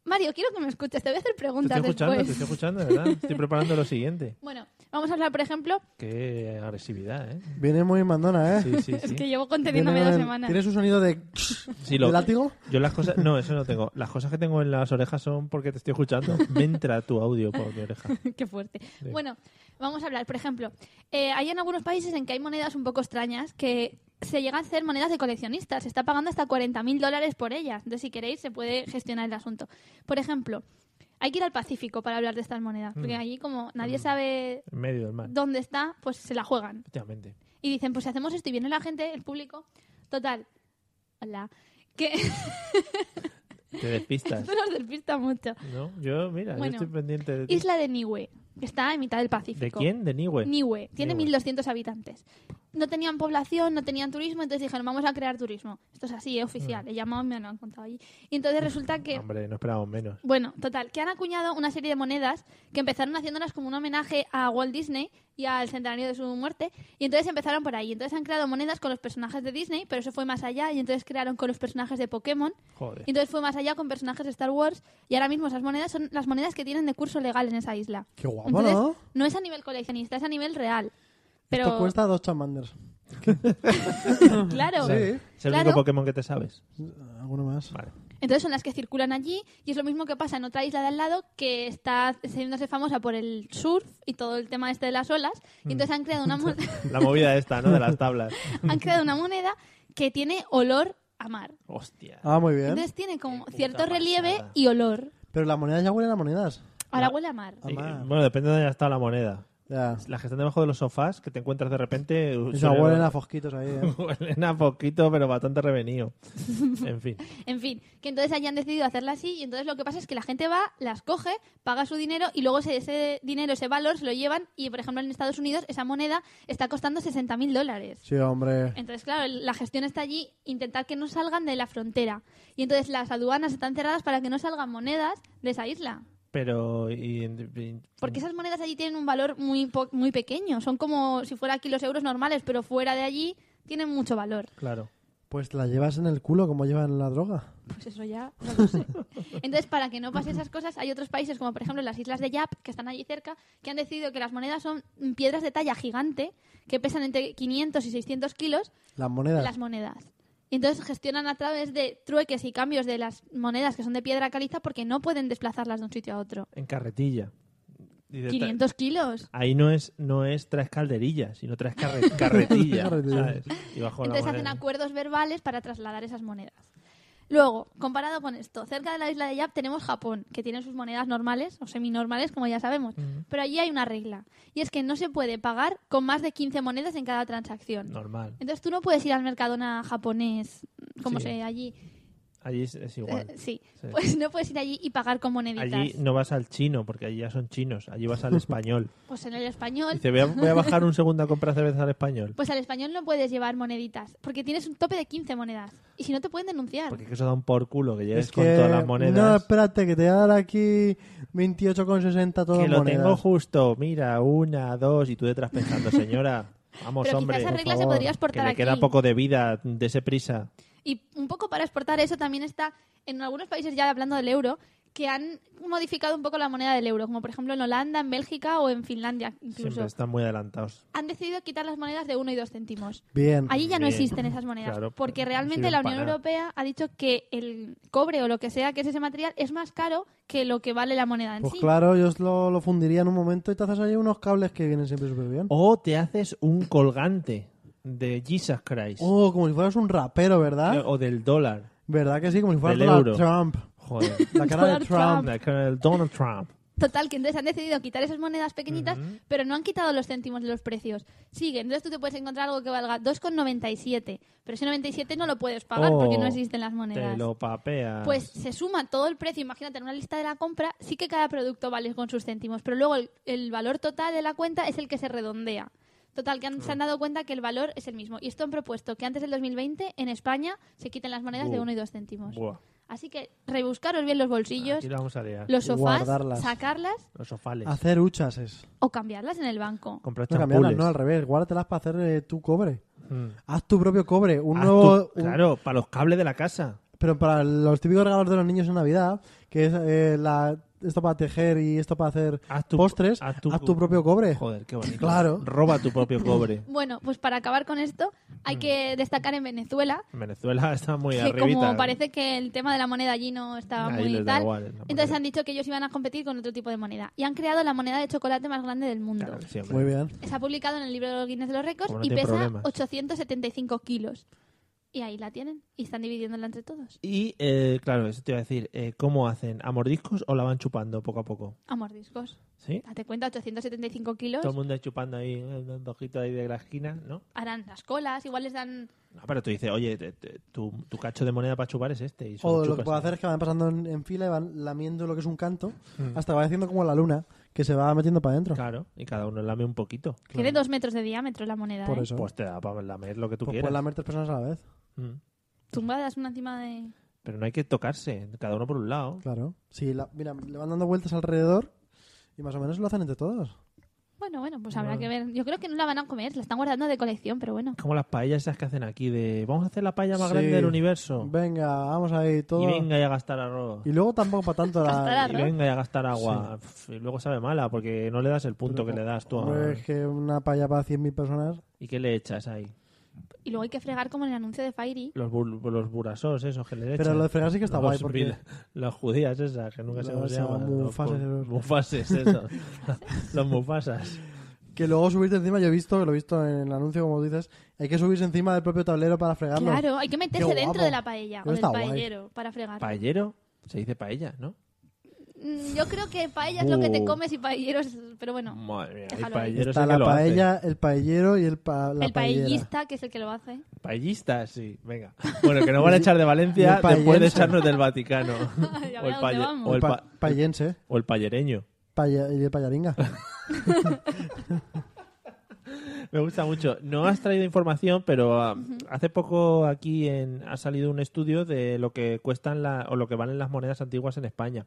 [SPEAKER 5] Mario, quiero que me escuches, te voy a hacer
[SPEAKER 2] Te
[SPEAKER 5] preguntas
[SPEAKER 2] estoy escuchando,
[SPEAKER 5] después.
[SPEAKER 2] te estoy escuchando, de ¿verdad? Estoy preparando lo siguiente.
[SPEAKER 5] Bueno, Vamos a hablar, por ejemplo,
[SPEAKER 2] Qué agresividad, ¿eh?
[SPEAKER 4] Viene muy mandona, ¿eh?
[SPEAKER 2] Sí, sí,
[SPEAKER 5] es
[SPEAKER 2] sí.
[SPEAKER 5] que llevo conteniéndome dos semanas.
[SPEAKER 4] ¿Tienes un sonido de,
[SPEAKER 2] Sí, lo-
[SPEAKER 4] de látigo?
[SPEAKER 2] Yo las cosas... No, eso no tengo. Las cosas que tengo en las orejas son porque te estoy escuchando. Me entra tu audio por mi oreja.
[SPEAKER 5] Qué fuerte. Bueno, vamos a hablar. Por ejemplo, eh, hay en algunos países en que hay monedas un poco extrañas que se llegan a ser monedas de coleccionistas. Se está pagando hasta 40.000 dólares por ellas. Entonces, si queréis, se puede gestionar el asunto. Por ejemplo, hay que ir al Pacífico para hablar de estas monedas.
[SPEAKER 2] Mm.
[SPEAKER 5] Porque allí, como nadie sabe
[SPEAKER 2] En medio del mar.
[SPEAKER 5] dónde está, pues se la juegan.
[SPEAKER 2] Efectivamente.
[SPEAKER 5] Y dicen, pues si hacemos esto y viene la gente, el público, total. Hola. Que
[SPEAKER 2] Te despistas.
[SPEAKER 5] esto nos despista mucho.
[SPEAKER 2] ¿No? Yo, mira,
[SPEAKER 5] Bueno.
[SPEAKER 2] yo estoy pendiente de ti.
[SPEAKER 5] Isla de Niue, que está en mitad del
[SPEAKER 2] ¿De
[SPEAKER 5] Pacífico.
[SPEAKER 2] quién? De Niue.
[SPEAKER 5] Niue. Tiene
[SPEAKER 2] Niue.
[SPEAKER 5] 1.200 habitantes. No tenían población, no tenían turismo, entonces dijeron, vamos a crear turismo. Esto es así, es oficial. He llamado, me lo han contado allí. Y entonces resulta que...
[SPEAKER 2] Mm. Hombre, no esperábamos menos.
[SPEAKER 5] Bueno, total, que han acuñado una serie de monedas que empezaron haciéndolas como un homenaje a Walt Disney y al centenario de su muerte, y entonces empezaron por ahí. Entonces han creado monedas con los personajes de Disney, pero eso fue más allá, y entonces crearon con los personajes de Pokémon,
[SPEAKER 2] Joder.
[SPEAKER 5] y entonces fue más allá con personajes de Star Wars, y ahora mismo esas monedas son las monedas que tienen de curso legal en esa isla.
[SPEAKER 4] Qué guapo,
[SPEAKER 5] Entonces,
[SPEAKER 4] ¿no?
[SPEAKER 5] no es a nivel coleccionista, es a nivel real.
[SPEAKER 4] Esto
[SPEAKER 5] Pero,
[SPEAKER 4] cuesta dos chamanders.
[SPEAKER 5] claro,
[SPEAKER 4] Sí.
[SPEAKER 2] Es el
[SPEAKER 5] Claro.
[SPEAKER 2] único Pokémon que te sabes.
[SPEAKER 4] Alguno más.
[SPEAKER 2] Vale.
[SPEAKER 5] Entonces son las que circulan allí y es lo mismo que pasa en otra isla de al lado que está haciéndose famosa por el surf y todo el tema este de las olas.
[SPEAKER 4] Mm.
[SPEAKER 5] Y entonces han creado una, mon-
[SPEAKER 2] La movida esta, ¿no? De las tablas.
[SPEAKER 5] han creado una moneda que tiene olor a mar.
[SPEAKER 2] Hostia.
[SPEAKER 4] Ah, muy bien.
[SPEAKER 5] Entonces tiene como
[SPEAKER 2] Qué puta
[SPEAKER 5] cierto relieve
[SPEAKER 2] pasada.
[SPEAKER 5] y olor.
[SPEAKER 4] Pero las monedas ya huelen a monedas.
[SPEAKER 5] Ahora huele a mar.
[SPEAKER 4] Ah,
[SPEAKER 2] Eh,
[SPEAKER 4] mar.
[SPEAKER 2] bueno, depende de dónde haya estado la moneda.
[SPEAKER 4] Ya.
[SPEAKER 2] Las que están debajo de los sofás, que te encuentras de repente... uh,
[SPEAKER 4] Esas
[SPEAKER 2] suelen-
[SPEAKER 4] huelen a fosquitos ahí, ¿eh?
[SPEAKER 2] Huelen a poquito, pero bastante revenido. En fin.
[SPEAKER 5] En fin, que entonces hayan decidido hacerla así y entonces lo que pasa es que la gente va, las coge, paga su dinero y luego ese, ese dinero, ese valor se lo llevan y por ejemplo en Estados Unidos esa moneda está costando 60 mil dólares.
[SPEAKER 4] Sí, hombre.
[SPEAKER 5] Entonces, claro, el- la gestión está allí, intentar que no salgan de la frontera. Y entonces las aduanas están cerradas para que no salgan monedas de esa isla.
[SPEAKER 2] Pero... y- y-
[SPEAKER 5] Porque esas monedas allí tienen un valor muy, po- muy pequeño. Son como si fuera aquí los euros normales, pero fuera de allí tienen mucho valor.
[SPEAKER 2] Claro.
[SPEAKER 4] Pues te la llevas en el culo como llevan la droga.
[SPEAKER 5] Pues eso ya no lo sé. Entonces, para que no pase esas cosas, hay otros países, como por ejemplo las islas de Yap, que están allí cerca, que han decidido que las monedas son piedras de talla gigante, que pesan entre 500 y 600 kilos,
[SPEAKER 4] Las monedas.
[SPEAKER 5] las monedas. Y entonces gestionan a través de trueques y cambios de las monedas que son de piedra caliza porque no pueden desplazarlas de un sitio a otro.
[SPEAKER 2] En carretilla. Y de tra-
[SPEAKER 5] 500 kilos.
[SPEAKER 2] Ahí no es, no es traes calderilla, sino traes carre- carretilla.
[SPEAKER 4] Carretilla.
[SPEAKER 2] ¿sabes? Y bajo la
[SPEAKER 5] Entonces hacen
[SPEAKER 2] moneda.
[SPEAKER 5] acuerdos verbales para trasladar esas monedas. Luego, comparado con esto, cerca de la isla de Yap tenemos Japón, que tiene sus monedas normales o seminormales, como ya sabemos. Pero allí hay una regla, y es que no se puede pagar con más de 15 monedas en cada transacción.
[SPEAKER 2] Normal.
[SPEAKER 5] Entonces tú no puedes ir al mercadona japonés, como
[SPEAKER 2] Sí.
[SPEAKER 5] se allí.
[SPEAKER 2] Allí es, es
[SPEAKER 5] Eh,
[SPEAKER 2] igual.
[SPEAKER 5] sí.
[SPEAKER 2] Sí.
[SPEAKER 5] pues no puedes ir allí y pagar con moneditas.
[SPEAKER 2] Allí no vas al chino, porque allí ya son chinos. Allí vas al español.
[SPEAKER 5] Pues en el español.
[SPEAKER 2] Dice, voy a, voy a bajar un segundo a comprar cervezas al español.
[SPEAKER 5] Pues al español no puedes llevar moneditas, porque tienes un tope de 15 monedas. Y si no, te pueden denunciar.
[SPEAKER 2] Porque es que eso da un por culo que lleves
[SPEAKER 4] Es
[SPEAKER 2] con
[SPEAKER 4] que-
[SPEAKER 2] todas las
[SPEAKER 4] No,
[SPEAKER 2] monedas.
[SPEAKER 4] espérate, que te voy a dar aquí 28,60 todo
[SPEAKER 2] que lo
[SPEAKER 4] monedas.
[SPEAKER 2] tengo justo. Mira, una, dos, y tú detrás pensando, señora. Vamos,
[SPEAKER 5] Pero
[SPEAKER 2] hombre.
[SPEAKER 5] quizás esa
[SPEAKER 2] por
[SPEAKER 5] regla se
[SPEAKER 2] favor,
[SPEAKER 5] podría exportar
[SPEAKER 2] Que le
[SPEAKER 5] aquí.
[SPEAKER 2] queda poco de vida, dese prisa.
[SPEAKER 5] Y un poco para exportar eso también está en algunos países ya hablando del euro, que han modificado un poco la moneda del euro, como por ejemplo en Holanda, en Bélgica o en Finlandia
[SPEAKER 2] Siempre
[SPEAKER 5] incluso.
[SPEAKER 2] están muy adelantados.
[SPEAKER 5] Han decidido quitar las monedas de 1 y 2 céntimos.
[SPEAKER 4] Bien.
[SPEAKER 5] Allí ya no
[SPEAKER 2] Mm, Bien.
[SPEAKER 5] existen esas monedas,
[SPEAKER 2] Claro,
[SPEAKER 5] porque
[SPEAKER 2] no
[SPEAKER 5] realmente
[SPEAKER 2] sirven
[SPEAKER 5] la
[SPEAKER 2] pa'
[SPEAKER 5] Unión
[SPEAKER 2] nada.
[SPEAKER 5] Europea ha dicho que el cobre o lo que sea que es ese material es más caro que lo que vale la moneda en
[SPEAKER 4] Pues
[SPEAKER 5] sí.
[SPEAKER 4] claro, yo os lo, lo fundiría en un momento y te haces ahí unos cables que vienen siempre súper bien. Oh.
[SPEAKER 2] O te haces un colgante de Jesus Christ.
[SPEAKER 4] Oh, como si fueras un rapero, ¿verdad?
[SPEAKER 2] O del dólar.
[SPEAKER 4] ¿Verdad que sí? Como si fueras
[SPEAKER 2] Del
[SPEAKER 4] Donald
[SPEAKER 2] euro.
[SPEAKER 4] Trump.
[SPEAKER 2] Joder.
[SPEAKER 4] La cara de
[SPEAKER 5] Donald Trump.
[SPEAKER 4] Trump.
[SPEAKER 2] La cara del Donald Trump.
[SPEAKER 5] Total, que entonces han decidido quitar esas monedas pequeñitas, pero no han quitado los céntimos de los precios. Sigue, entonces tú te puedes encontrar algo que valga 2,97, pero ese 97 no lo puedes pagar
[SPEAKER 2] Oh,
[SPEAKER 5] porque no existen las monedas.
[SPEAKER 2] Te lo papeas.
[SPEAKER 5] Pues se suma todo el precio, imagínate, en una lista de la compra, sí que cada producto vale con sus céntimos, pero luego el, el valor total de la cuenta es el que se redondea. Total, que han- se han
[SPEAKER 2] Mm.
[SPEAKER 5] dado cuenta que el valor es el mismo. Y esto han propuesto que antes del 2020 en España se quiten las monedas de
[SPEAKER 2] Buh.
[SPEAKER 5] 1 y 2 céntimos.
[SPEAKER 2] Buah.
[SPEAKER 5] Así que rebuscaros bien los bolsillos,
[SPEAKER 2] Aquí lo vamos a liar.
[SPEAKER 5] los sofás,
[SPEAKER 4] Guardarlas.
[SPEAKER 5] sacarlas
[SPEAKER 2] Los sofales.
[SPEAKER 4] Hacer huchas es.
[SPEAKER 5] o cambiarlas en el banco.
[SPEAKER 2] Comprar
[SPEAKER 4] No, cambiarlas,
[SPEAKER 2] champules.
[SPEAKER 4] no, al revés. Guárdatelas para hacer eh, tu cobre.
[SPEAKER 2] Mm.
[SPEAKER 4] Haz tu propio cobre. Un
[SPEAKER 2] Haz
[SPEAKER 4] nuevo...
[SPEAKER 2] tú-
[SPEAKER 4] un-
[SPEAKER 2] Claro, para los cables de la casa.
[SPEAKER 4] Pero para los típicos regalos de los niños en Navidad, que es eh, la, esto para tejer y esto para hacer
[SPEAKER 2] Haz tu-
[SPEAKER 4] postres,
[SPEAKER 2] haz
[SPEAKER 4] haz
[SPEAKER 2] tu-
[SPEAKER 4] tu, propio cobre.
[SPEAKER 2] Joder, qué bonito.
[SPEAKER 4] Claro.
[SPEAKER 2] Roba tu propio cobre.
[SPEAKER 5] Bueno, pues para acabar con esto, hay que destacar en Venezuela,
[SPEAKER 2] Venezuela está Mm. muy
[SPEAKER 5] que
[SPEAKER 2] arribita. ¿eh?
[SPEAKER 5] como parece que el tema de la moneda allí no estaba
[SPEAKER 2] Ahí
[SPEAKER 5] muy
[SPEAKER 2] les da
[SPEAKER 5] tal,
[SPEAKER 2] igual, la
[SPEAKER 5] entonces
[SPEAKER 2] moneda.
[SPEAKER 5] han dicho que ellos iban a competir con otro tipo de moneda. Y han creado la moneda de chocolate más grande del mundo.
[SPEAKER 2] Claro, sí, hombre.
[SPEAKER 4] Muy bien.
[SPEAKER 5] Se ha publicado en el libro de los Guinness de los Récords
[SPEAKER 2] Como no
[SPEAKER 5] y
[SPEAKER 2] tiene
[SPEAKER 5] pesa
[SPEAKER 2] problemas.
[SPEAKER 5] 875 kilos. Y ahí la tienen. Y están dividiéndola entre todos.
[SPEAKER 2] Y eh, claro, eso te iba a decir, eh, ¿cómo hacen? ¿A mordiscos o la van chupando poco a poco?
[SPEAKER 5] A mordiscos.
[SPEAKER 2] ¿Sí?
[SPEAKER 5] Date cuenta, 875 kilos.
[SPEAKER 2] Todo el mundo chupando ahí eh, un poquito ahí de la esquina, ¿no?
[SPEAKER 5] Harán las colas, igual les dan...
[SPEAKER 2] No, pero tú dices, oye, te- te- tu, tu cacho de moneda para chupar es este. Y solo
[SPEAKER 4] O lo que
[SPEAKER 2] chupas
[SPEAKER 4] puedo
[SPEAKER 2] ahí.
[SPEAKER 4] hacer es que van pasando en, en fila y van lamiendo lo que es un canto hasta que va haciendo como la luna que se va metiendo para adentro.
[SPEAKER 2] Mm. Claro, y cada uno lame un poquito.
[SPEAKER 5] Tiene dos metros de diámetro la moneda.
[SPEAKER 4] Por
[SPEAKER 5] ¿eh?
[SPEAKER 4] eso.
[SPEAKER 2] Pues te da para lamer lo que tú
[SPEAKER 4] Pues
[SPEAKER 2] quieras.
[SPEAKER 4] puedes lamer tres personas a la vez.
[SPEAKER 2] Mm.
[SPEAKER 5] Tumbadas una encima de...
[SPEAKER 2] Pero no hay que tocarse, cada uno por un lado.
[SPEAKER 4] Claro. Sí, la- mira, le van dando vueltas alrededor y más o menos lo hacen entre todos.
[SPEAKER 5] Bueno, bueno, pues habrá que ver. Yo creo que no la van a comer, la están guardando de colección, pero bueno.
[SPEAKER 2] Como las paellas esas que hacen aquí de vamos a hacer la paella más
[SPEAKER 4] Sí.
[SPEAKER 2] grande del universo.
[SPEAKER 4] Venga, vamos ahí todo.
[SPEAKER 2] Y venga y a gastar arroz.
[SPEAKER 4] Y luego tampoco para tanto la...
[SPEAKER 5] Gastar
[SPEAKER 2] Y
[SPEAKER 5] arroz.
[SPEAKER 2] venga y a gastar agua. Pf, Y luego sabe mala porque no le das el punto que le das tú. a-
[SPEAKER 4] Hombre, es que una paella para 100.000 personas...
[SPEAKER 2] ¿Y qué le echas ahí?
[SPEAKER 5] Y luego hay que fregar como en el anuncio de Fairy.
[SPEAKER 2] Los, bur- los burasos esos que le echan.
[SPEAKER 4] Pero lo de fregar sí que está
[SPEAKER 2] Los
[SPEAKER 4] guay porque...
[SPEAKER 2] vil- Las judías esas, que nunca se
[SPEAKER 4] Las
[SPEAKER 2] se llaman. Los
[SPEAKER 4] mufases
[SPEAKER 2] pu-
[SPEAKER 4] esos.
[SPEAKER 2] mufases esos. los mufasas.
[SPEAKER 4] Que luego subirte encima, yo he visto, que lo he visto en el anuncio, como dices, hay que subirse encima del propio tablero para fregarlo.
[SPEAKER 5] Claro, hay que meterse
[SPEAKER 4] Qué
[SPEAKER 5] dentro
[SPEAKER 4] guapo.
[SPEAKER 5] de la paella
[SPEAKER 4] Eso
[SPEAKER 5] o del
[SPEAKER 4] está guay.
[SPEAKER 5] paellero para fregar.
[SPEAKER 2] ¿Paellero? Se dice paella, ¿no?
[SPEAKER 5] Mm, Yo creo que paella es lo que te
[SPEAKER 2] Uh.
[SPEAKER 5] comes y paellero es... Pero bueno,
[SPEAKER 2] Madre mía, hay
[SPEAKER 5] Déjalo ahí.
[SPEAKER 2] paelleros
[SPEAKER 4] Está
[SPEAKER 2] en que
[SPEAKER 4] la
[SPEAKER 2] lo hacen.
[SPEAKER 4] paella, el paellero y el pa- la
[SPEAKER 5] el
[SPEAKER 4] paellera.
[SPEAKER 5] paellista, que es el que lo hace.
[SPEAKER 2] Paellistas, sí, venga. Bueno, que nos van a echar de Valencia
[SPEAKER 4] Y el
[SPEAKER 2] después de
[SPEAKER 4] paellense.
[SPEAKER 2] echarnos del Vaticano.
[SPEAKER 5] Ya
[SPEAKER 2] o, el
[SPEAKER 5] veo dónde
[SPEAKER 2] palle-
[SPEAKER 5] vamos.
[SPEAKER 2] o,
[SPEAKER 4] El
[SPEAKER 2] el
[SPEAKER 4] pa-
[SPEAKER 2] pa-
[SPEAKER 4] paellense
[SPEAKER 2] o el payereño.
[SPEAKER 4] paya- y el payaringa.
[SPEAKER 2] Me gusta mucho. No has traído información, pero ah, hace poco aquí en, ha salido un estudio de lo que cuestan la, o lo que valen las monedas antiguas en España.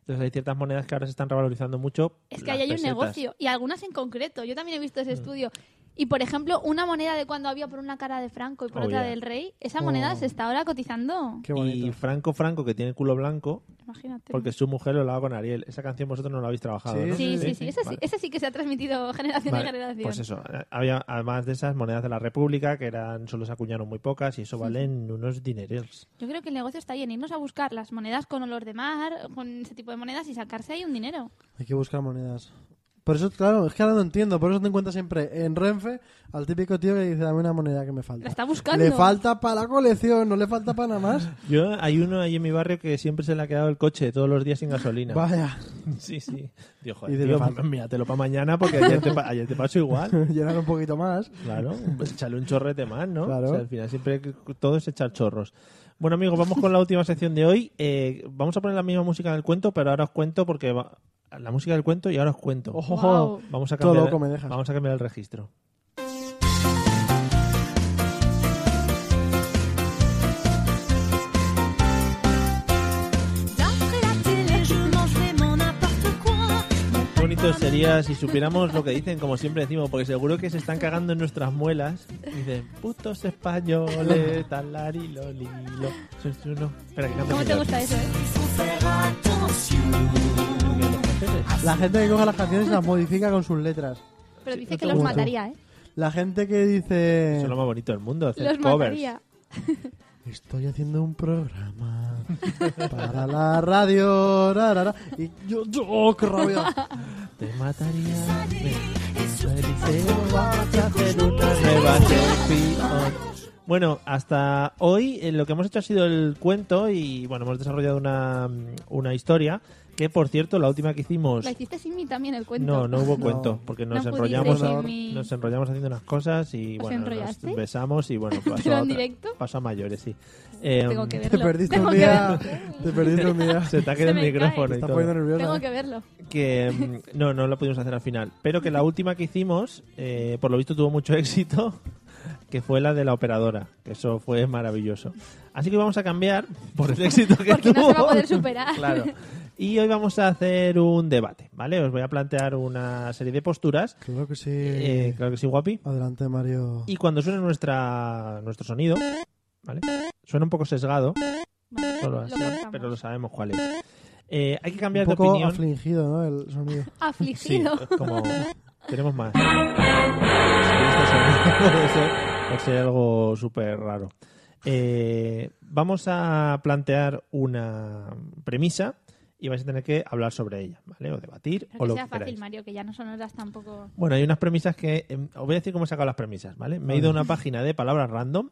[SPEAKER 2] Entonces hay ciertas monedas que ahora se están revalorizando mucho.
[SPEAKER 5] Es que
[SPEAKER 2] Las
[SPEAKER 5] ahí hay un
[SPEAKER 2] pesetas.
[SPEAKER 5] negocio, y algunas en concreto. Yo también he visto ese estudio. Y, por ejemplo, una moneda de cuando había por una cara de Franco y por
[SPEAKER 2] Oh,
[SPEAKER 5] otra
[SPEAKER 2] yeah.
[SPEAKER 5] del rey, esa moneda se está ahora cotizando.
[SPEAKER 4] Qué bonito.
[SPEAKER 2] Y Franco Franco, que tiene el culo blanco,
[SPEAKER 5] Imagínate.
[SPEAKER 2] porque su mujer lo lava con Ariel. Esa canción vosotros no la habéis trabajado,
[SPEAKER 4] Sí,
[SPEAKER 2] ¿no?
[SPEAKER 5] Sí, sí, sí. Esa sí,
[SPEAKER 2] Vale.
[SPEAKER 5] esa sí que se ha transmitido generación
[SPEAKER 2] Vale,
[SPEAKER 5] en generación.
[SPEAKER 2] Pues eso, había además de esas monedas de la República que eran solo se acuñaron muy pocas y eso valen unos dineros.
[SPEAKER 5] Yo creo que el negocio está ahí en irnos a buscar las monedas con olor de mar, con ese tipo de monedas y sacarse ahí un dinero.
[SPEAKER 4] Hay que buscar monedas. Por eso, claro, es que ahora no entiendo. Por eso te encuentras siempre en Renfe al típico tío que dice, dame una moneda que me falta.
[SPEAKER 5] La está buscando.
[SPEAKER 4] Le falta para la colección, no le falta para nada más.
[SPEAKER 2] Yo hay uno ahí en mi barrio que siempre se le ha quedado el coche todos los días sin gasolina.
[SPEAKER 4] Vaya,
[SPEAKER 2] Sí, sí. Digo,
[SPEAKER 4] Y
[SPEAKER 2] joder,
[SPEAKER 4] de
[SPEAKER 2] tío,
[SPEAKER 4] elefante.
[SPEAKER 2] míratelo para mañana porque ayer te, pa- ayer te pasó igual.
[SPEAKER 4] llenar un poquito más.
[SPEAKER 2] Claro, pues échale un chorrete más, ¿no?
[SPEAKER 4] Claro.
[SPEAKER 2] O sea, al final siempre todo es echar chorros. Bueno, amigos, vamos con la última sección de hoy. Eh, vamos a poner la misma música del cuento, pero ahora os cuento porque va- la música del cuento y ahora os cuento.
[SPEAKER 4] Ojo,
[SPEAKER 5] Guau.
[SPEAKER 2] Vamos a
[SPEAKER 4] Oh, Todo
[SPEAKER 2] cambiar,
[SPEAKER 4] loco me dejas.
[SPEAKER 2] Vamos a cambiar el registro.
[SPEAKER 3] D'après la télé, je mangerai mon n'importe quoi.
[SPEAKER 2] Qué bonito sería si supiéramos lo que dicen, como siempre decimos, porque seguro que se están cagando en nuestras muelas. Dicen, putos españoles, talarilolilo. Son unos... Espera, que cambie
[SPEAKER 5] ¿Cómo
[SPEAKER 2] el
[SPEAKER 5] te
[SPEAKER 2] señor.
[SPEAKER 5] gusta eso, eh?
[SPEAKER 4] La gente que coge las canciones y las modifica con sus letras.
[SPEAKER 5] Pero dice
[SPEAKER 2] no
[SPEAKER 5] que
[SPEAKER 2] te
[SPEAKER 5] los
[SPEAKER 2] gusta.
[SPEAKER 5] mataría, ¿eh?
[SPEAKER 4] La gente que dice...
[SPEAKER 2] Eso es lo más bonito del mundo, hacer
[SPEAKER 5] Los
[SPEAKER 2] covers.
[SPEAKER 5] mataría.
[SPEAKER 4] Estoy haciendo un programa para la radio. ra, ra, ra. Y yo, yo, oh, qué rabia.
[SPEAKER 2] Te mataría. Bueno, hasta hoy eh, lo que hemos hecho ha sido el cuento y bueno, hemos desarrollado una, una historia que por cierto, la última que hicimos
[SPEAKER 5] La hiciste sin mí también el cuento.
[SPEAKER 2] no, no hubo
[SPEAKER 4] No.
[SPEAKER 2] cuento, porque nos
[SPEAKER 5] No pudiste
[SPEAKER 2] enrollamos
[SPEAKER 4] sin
[SPEAKER 5] mí.
[SPEAKER 2] nos enrollamos haciendo unas cosas y
[SPEAKER 5] ¿Os
[SPEAKER 2] bueno, nos
[SPEAKER 5] enrollaste?
[SPEAKER 2] besamos y bueno, pasó
[SPEAKER 5] ¿Pero
[SPEAKER 2] a,
[SPEAKER 5] en
[SPEAKER 2] otra-
[SPEAKER 5] directo?
[SPEAKER 2] pasó a mayores, sí. Eh,
[SPEAKER 5] Tengo que
[SPEAKER 4] Te
[SPEAKER 5] verlo.
[SPEAKER 4] perdiste
[SPEAKER 5] Tengo
[SPEAKER 4] un
[SPEAKER 5] que
[SPEAKER 4] día.
[SPEAKER 5] verlo.
[SPEAKER 4] Te perdiste un día.
[SPEAKER 2] se te ha quedado
[SPEAKER 5] Se
[SPEAKER 2] el
[SPEAKER 5] me
[SPEAKER 2] micrófono
[SPEAKER 5] cae.
[SPEAKER 4] Te
[SPEAKER 2] y
[SPEAKER 4] está
[SPEAKER 2] todo.
[SPEAKER 4] poniendo nerviosa.
[SPEAKER 5] Tengo que verlo.
[SPEAKER 2] que mm, no, no la pudimos hacer al final. Pero que la última que hicimos, eh, por lo visto tuvo mucho éxito, que fue la de la operadora, que eso fue maravilloso. Así que vamos a cambiar por el éxito que
[SPEAKER 5] Porque no
[SPEAKER 2] tuvo.
[SPEAKER 5] se va a poder superar.
[SPEAKER 2] Claro. Y hoy vamos a hacer un debate, ¿vale? Os voy a plantear una serie de posturas.
[SPEAKER 4] Claro que sí.
[SPEAKER 2] Eh, claro que sí, guapi.
[SPEAKER 4] Adelante, Mario.
[SPEAKER 2] Y cuando suene nuestra, nuestro sonido, ¿vale? Suena un poco sesgado,
[SPEAKER 5] Vale,
[SPEAKER 2] solo
[SPEAKER 5] lo
[SPEAKER 2] así,
[SPEAKER 5] cortamos.
[SPEAKER 2] pero lo sabemos cuál es. Eh, hay que
[SPEAKER 4] Un
[SPEAKER 2] cambiar de
[SPEAKER 4] poco
[SPEAKER 2] opinión.
[SPEAKER 4] afligido, ¿no? El sonido.
[SPEAKER 2] Sí,
[SPEAKER 5] Afligido.
[SPEAKER 2] es como... Queremos más. Sí, este sonido puede ser, puede ser algo súper raro. Eh, vamos a plantear una premisa y vais a tener que hablar sobre ella, ¿vale? O debatir o
[SPEAKER 5] Pero que
[SPEAKER 2] lo
[SPEAKER 5] sea
[SPEAKER 2] que queráis.
[SPEAKER 5] fácil, Mario, que ya no son horas tampoco.
[SPEAKER 2] Bueno, hay unas premisas que... em, os voy a decir cómo he sacado las premisas, ¿vale? Me he ido a una página de palabras random,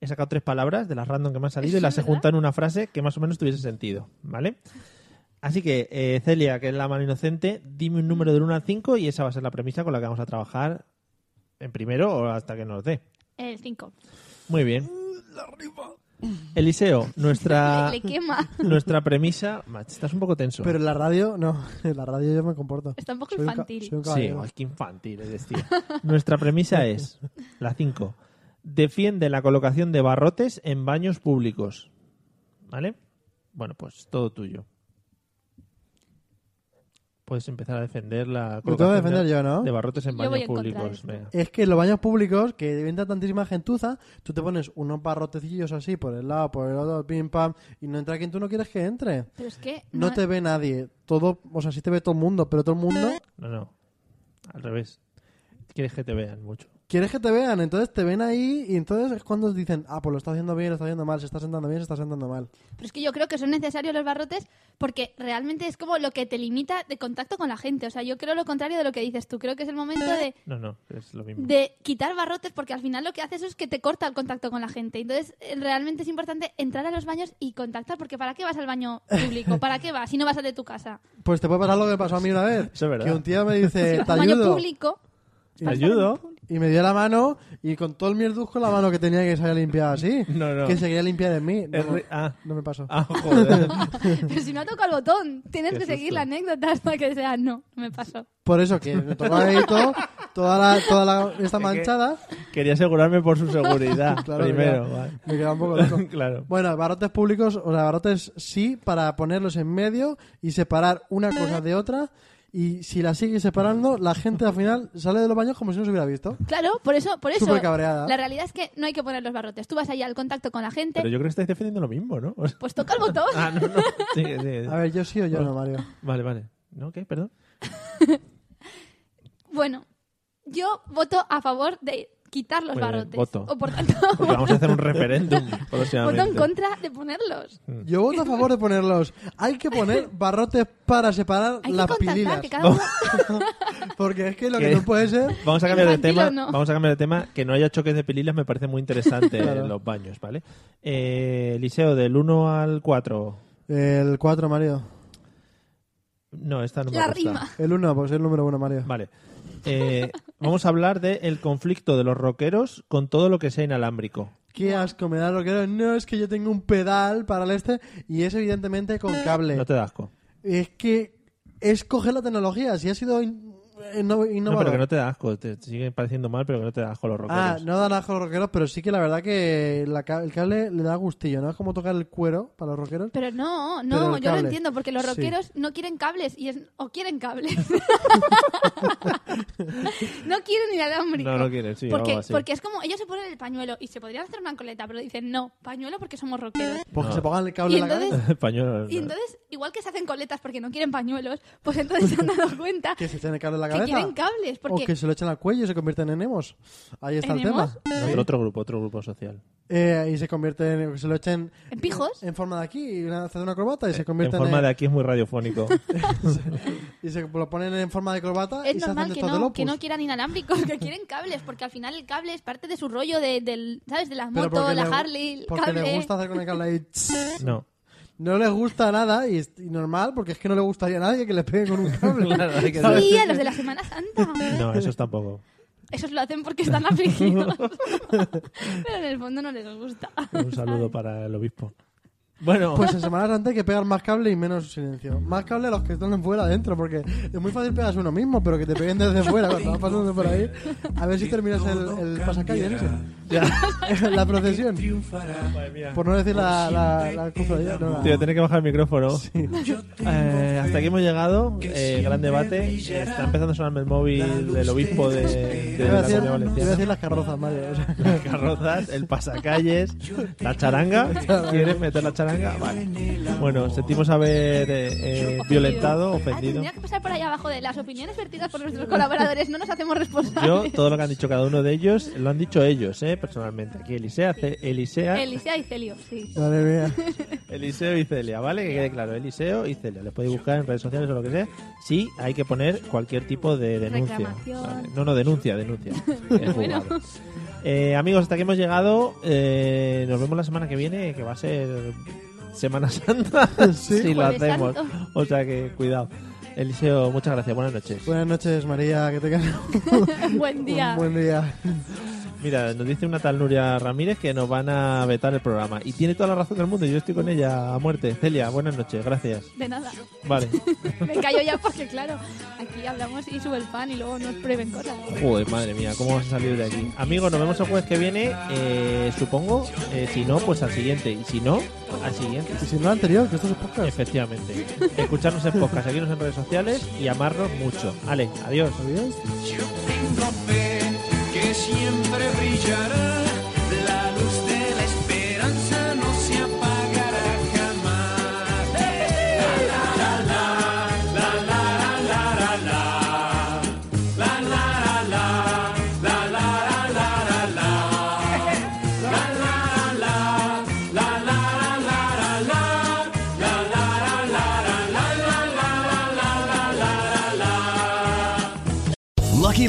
[SPEAKER 2] he sacado tres palabras de las random que me han salido y
[SPEAKER 5] ¿Sí,
[SPEAKER 2] las he
[SPEAKER 5] verdad?
[SPEAKER 2] juntado en una frase que más o menos tuviese sentido, ¿vale? Así que, eh, Celia, que es la mano inocente, dime un número del 1 al 5 y esa va a ser la premisa con la que vamos a trabajar en primero o hasta que nos dé.
[SPEAKER 5] Eh, El 5.
[SPEAKER 2] Muy bien. Eliseo, nuestra,
[SPEAKER 5] Le quema.
[SPEAKER 2] nuestra premisa... Mach, estás un poco tenso.
[SPEAKER 4] Pero en la radio, no. En la radio yo me comporto.
[SPEAKER 5] Está un poco
[SPEAKER 4] Soy un ca-
[SPEAKER 5] infantil.
[SPEAKER 4] soy un
[SPEAKER 2] Sí,
[SPEAKER 4] caballero.
[SPEAKER 2] ay, qué infantil es decir. Nuestra premisa es, la 5, defiende la colocación de barrotes en baños públicos. ¿Vale? Bueno, pues todo tuyo. Puedes empezar a defender la
[SPEAKER 4] Lo tengo que
[SPEAKER 2] colocación
[SPEAKER 4] defender
[SPEAKER 2] de,
[SPEAKER 4] yo, ¿no?
[SPEAKER 2] de barrotes en
[SPEAKER 5] Yo
[SPEAKER 2] baños
[SPEAKER 5] voy en contra de
[SPEAKER 2] públicos.
[SPEAKER 5] esto.
[SPEAKER 2] venga.
[SPEAKER 4] Es que en los baños públicos, que inventa tantísima gentuza, tú te pones unos barrotecillos así por el lado, por el otro, pim pam, y no entra quien tú no quieres que entre.
[SPEAKER 5] Pero es que.
[SPEAKER 4] No te ve nadie. Todo, o sea, sí te ve todo el mundo, pero todo el mundo
[SPEAKER 2] No, no. Al revés. Quieres que te vean mucho.
[SPEAKER 4] quieres que te vean, entonces te ven ahí y entonces es cuando dicen, ah, pues lo está haciendo bien, lo está haciendo mal, se está sentando bien, se está sentando mal.
[SPEAKER 5] Pero es que yo creo que son necesarios los barrotes porque realmente es como lo que te limita de contacto con la gente. O sea, yo creo lo contrario de lo que dices tú. Creo que es el momento de,
[SPEAKER 2] No, no, es lo mismo.
[SPEAKER 5] de quitar barrotes porque al final lo que haces es que te corta el contacto con la gente. Entonces, eh, realmente es importante entrar a los baños y contactar porque ¿para qué vas al baño público? ¿Para qué vas si no vas al de tu casa?
[SPEAKER 4] Pues te puede pasar lo que me pasó a mí una vez.
[SPEAKER 2] Eso es verdad.
[SPEAKER 4] Que un tío me dice,
[SPEAKER 5] Vas
[SPEAKER 4] te
[SPEAKER 5] a un baño
[SPEAKER 4] ayudo.
[SPEAKER 5] público.
[SPEAKER 2] ¿Te ayudo?
[SPEAKER 4] Y me dio la mano y con todo el mierduzco la mano que tenía que se había limpiado así.
[SPEAKER 2] No, no.
[SPEAKER 4] Que se quería limpiar de mí. No,
[SPEAKER 2] Es ri- ah.
[SPEAKER 4] no me pasó.
[SPEAKER 2] Ah, joder.
[SPEAKER 5] Pero si no ha tocado el botón, tienes
[SPEAKER 2] Qué
[SPEAKER 5] que seguir
[SPEAKER 2] susto.
[SPEAKER 5] la anécdota hasta que sea no, no me pasó.
[SPEAKER 4] Por eso que me tocaba ahí todo, toda la, toda la, esta
[SPEAKER 2] que-
[SPEAKER 4] manchada.
[SPEAKER 2] Quería asegurarme por su seguridad.
[SPEAKER 4] Claro,
[SPEAKER 2] primero.
[SPEAKER 4] me queda-
[SPEAKER 2] vale.
[SPEAKER 4] me queda un poco loco.
[SPEAKER 2] claro.
[SPEAKER 4] Bueno, barrotes públicos, o sea, barrotes sí, para ponerlos en medio y separar una cosa de otra. Y si la sigues separando, la gente al final sale de los baños como si no se hubiera visto.
[SPEAKER 5] Claro, por eso, por eso.
[SPEAKER 4] Súper cabreada.
[SPEAKER 5] La realidad es que no hay que poner los barrotes. Tú vas allá al contacto con la gente,
[SPEAKER 2] Pero yo creo que estáis defendiendo lo mismo, ¿no? O sea-
[SPEAKER 5] pues toca el botón.
[SPEAKER 2] Ah, no, no. Sigue, sigue.
[SPEAKER 4] A ver, yo sí o yo no, Mario.
[SPEAKER 2] Vale, vale. ¿No? ¿Qué? Perdón.
[SPEAKER 5] Bueno, yo voto a favor de quitar los
[SPEAKER 2] Muy bien,
[SPEAKER 5] barrotes.
[SPEAKER 2] voto.
[SPEAKER 5] O por tanto,
[SPEAKER 2] Porque vamos a hacer un referéndum
[SPEAKER 5] voto en
[SPEAKER 2] próximamente.
[SPEAKER 5] contra de ponerlos.
[SPEAKER 4] Yo voto a favor de ponerlos. Hay que poner barrotes para separar
[SPEAKER 5] Hay
[SPEAKER 4] las
[SPEAKER 5] que contactar
[SPEAKER 4] pililas.
[SPEAKER 5] que cada uno.
[SPEAKER 4] Porque es que lo
[SPEAKER 2] ¿Qué?
[SPEAKER 4] que no puede ser.
[SPEAKER 2] Vamos a cambiar de
[SPEAKER 5] Infantil
[SPEAKER 2] tema.
[SPEAKER 5] o no.
[SPEAKER 2] Vamos a cambiar de tema. Que no haya choques de pililas me parece muy interesante
[SPEAKER 4] Claro.
[SPEAKER 2] en los baños, ¿vale? Eh, Liceo, del 1 al 4.
[SPEAKER 4] El 4, Mario.
[SPEAKER 2] No, esta no me
[SPEAKER 5] La
[SPEAKER 2] gusta.
[SPEAKER 5] rima.
[SPEAKER 4] El 1, pues el número 1, Mario.
[SPEAKER 2] Vale. Eh, vamos a hablar del conflicto de los rockeros con todo lo que sea inalámbrico.
[SPEAKER 4] Qué asco me da lo que era. No, es que yo tengo un pedal para el este y es evidentemente con cable.
[SPEAKER 2] No te das asco.
[SPEAKER 4] Es que es coger la tecnología. Si ha sido in- inno-
[SPEAKER 2] No,
[SPEAKER 4] innovador.
[SPEAKER 2] pero que no te das asco. Te sigue pareciendo mal, pero que no te das asco los rockeros.
[SPEAKER 4] Ah, no dan asco a los rockeros, pero sí que la verdad que la ca- el cable le da gustillo, ¿no? Es como tocar el cuero para los rockeros.
[SPEAKER 5] Pero no,
[SPEAKER 4] Pero el
[SPEAKER 5] no, yo lo
[SPEAKER 4] cable.
[SPEAKER 5] entiendo, porque los
[SPEAKER 4] Sí.
[SPEAKER 5] rockeros no quieren cables y es, o quieren cables. no quieren inalámbrico.
[SPEAKER 2] No, no quieren, sí,
[SPEAKER 5] Porque,
[SPEAKER 2] algo así.
[SPEAKER 5] porque es como, ellos se ponen el pañuelo y se podrían hacer una coleta, pero dicen no, pañuelo porque somos rockeros.
[SPEAKER 4] Porque
[SPEAKER 2] No.
[SPEAKER 4] Pues se pongan el cable
[SPEAKER 5] Y
[SPEAKER 4] en la cabeza.
[SPEAKER 5] entonces,
[SPEAKER 2] Pañuelo,
[SPEAKER 5] y
[SPEAKER 2] no.
[SPEAKER 5] entonces, igual que se hacen coletas porque no quieren pañuelos, pues entonces se han dado cuenta
[SPEAKER 4] Que se echen el cable en la
[SPEAKER 5] que
[SPEAKER 4] cabeza.
[SPEAKER 5] quieren cables, porque
[SPEAKER 4] O que se lo echen al cuello y se convierten en emos. Ahí está el
[SPEAKER 5] ¿Enemos?
[SPEAKER 4] tema.
[SPEAKER 2] Otro, otro grupo, otro grupo social.
[SPEAKER 4] Eh, y se convierten, en- se lo echen
[SPEAKER 5] ¿En pijos?
[SPEAKER 4] en forma de aquí, y una- hacen una corbata y
[SPEAKER 2] Eh,
[SPEAKER 4] se
[SPEAKER 2] En
[SPEAKER 4] convierten
[SPEAKER 2] forma de aquí es muy radiofónico.
[SPEAKER 4] y se lo ponen en forma de corbata
[SPEAKER 5] es
[SPEAKER 4] y se hacen
[SPEAKER 5] normal
[SPEAKER 4] de
[SPEAKER 5] que
[SPEAKER 4] estos del
[SPEAKER 5] no,
[SPEAKER 4] Opus.
[SPEAKER 5] que no quieran inalámbricos, que quieren cables, porque al final el cable es parte de su rollo de, del, ¿sabes? De las
[SPEAKER 4] Pero
[SPEAKER 5] motos,
[SPEAKER 4] porque
[SPEAKER 5] la
[SPEAKER 4] le-
[SPEAKER 5] Harley, el
[SPEAKER 4] Porque
[SPEAKER 5] cable.
[SPEAKER 4] les gusta hacer con el cable ahí. tss.
[SPEAKER 2] No.
[SPEAKER 4] No les gusta nada y, es- y normal, porque es que no le gustaría a nadie que les pegue con un cable.
[SPEAKER 2] Claro, hay que-
[SPEAKER 5] Sí, a los de la Semana Santa.
[SPEAKER 2] No, esos tampoco.
[SPEAKER 5] Esos lo hacen porque están afligidos. Pero en el fondo no les gusta.
[SPEAKER 2] Un saludo para el obispo. Bueno,
[SPEAKER 4] Pues en Semana Santa hay que pegar más cable y menos silencio. Más cable a los que están fuera adentro, porque es muy fácil pegarse uno mismo, pero que te peguen desde fuera cuando vas pasando por ahí. A ver si terminas el, el pasacalle ese. la procesión. Por no decir la, la, la cofradía, no, la-
[SPEAKER 2] tío, tiene que bajar el micrófono. Eh, hasta aquí hemos llegado. Eh, gran debate. Está empezando a sonarme el móvil del obispo de, de
[SPEAKER 4] Iba a
[SPEAKER 2] la Comunidad
[SPEAKER 4] decir, iba a decir
[SPEAKER 2] Valenciana.
[SPEAKER 4] las carrozas, Mario. o sea.
[SPEAKER 2] Las carrozas, el pasacalles, la charanga. ¿Quieres meter la manga, vale. Bueno, sentimos haber eh, eh, violentado,
[SPEAKER 5] Ah,
[SPEAKER 2] ofendido.
[SPEAKER 5] tendría que pasar por ahí abajo de las opiniones vertidas por nuestros colaboradores. No nos hacemos
[SPEAKER 2] Yo,
[SPEAKER 5] responsables.
[SPEAKER 2] todo lo que han dicho cada uno de ellos, lo han dicho ellos, eh, personalmente. Aquí Elisea, Ce- Elisea,
[SPEAKER 5] Elisea y Celio, sí.
[SPEAKER 4] Madre mía.
[SPEAKER 2] Eliseo y Celia, ¿vale? Que quede claro, Eliseo y Celia. Les podéis buscar en redes sociales o lo que sea. Sí, hay que poner cualquier tipo de denuncia.
[SPEAKER 5] Reclamación.
[SPEAKER 2] Vale. No, no, denuncia, denuncia. Es juzgado. Eh, amigos, hasta aquí hemos llegado. Eh, nos vemos la semana que viene, que va a ser Semana Santa, si lo
[SPEAKER 5] Jueves
[SPEAKER 2] hacemos.
[SPEAKER 5] Santo.
[SPEAKER 2] O sea que cuidado. Eliseo, muchas gracias, buenas noches.
[SPEAKER 4] Buenas noches, María. Que tengas
[SPEAKER 5] Buen
[SPEAKER 4] un
[SPEAKER 5] día.
[SPEAKER 4] buen día.
[SPEAKER 2] Mira, nos dice una tal Nuria Ramírez que nos van a vetar el programa. Y tiene toda la razón del mundo, yo estoy con ella a muerte. Celia, buenas noches, gracias.
[SPEAKER 5] De nada.
[SPEAKER 2] Vale.
[SPEAKER 5] Me callo ya porque, claro, aquí hablamos y sube el pan y luego nos prueben cosas.
[SPEAKER 2] Joder, madre mía, ¿cómo vas a salir de aquí? Amigos, nos vemos el jueves que viene, eh, supongo. Eh, si no, pues al siguiente. Y si no, al siguiente.
[SPEAKER 4] Y si no, anterior, que esto es podcast.
[SPEAKER 2] Efectivamente. Escucharnos en podcast, seguirnos en redes sociales y amarnos mucho. Ale, adiós.
[SPEAKER 4] Adiós.
[SPEAKER 8] Yo tengo fe que siempre brillará, la luz de la esperanza no se apagará jamás. La la la la la la la la la la la la la la la la la la la la la
[SPEAKER 9] Lucky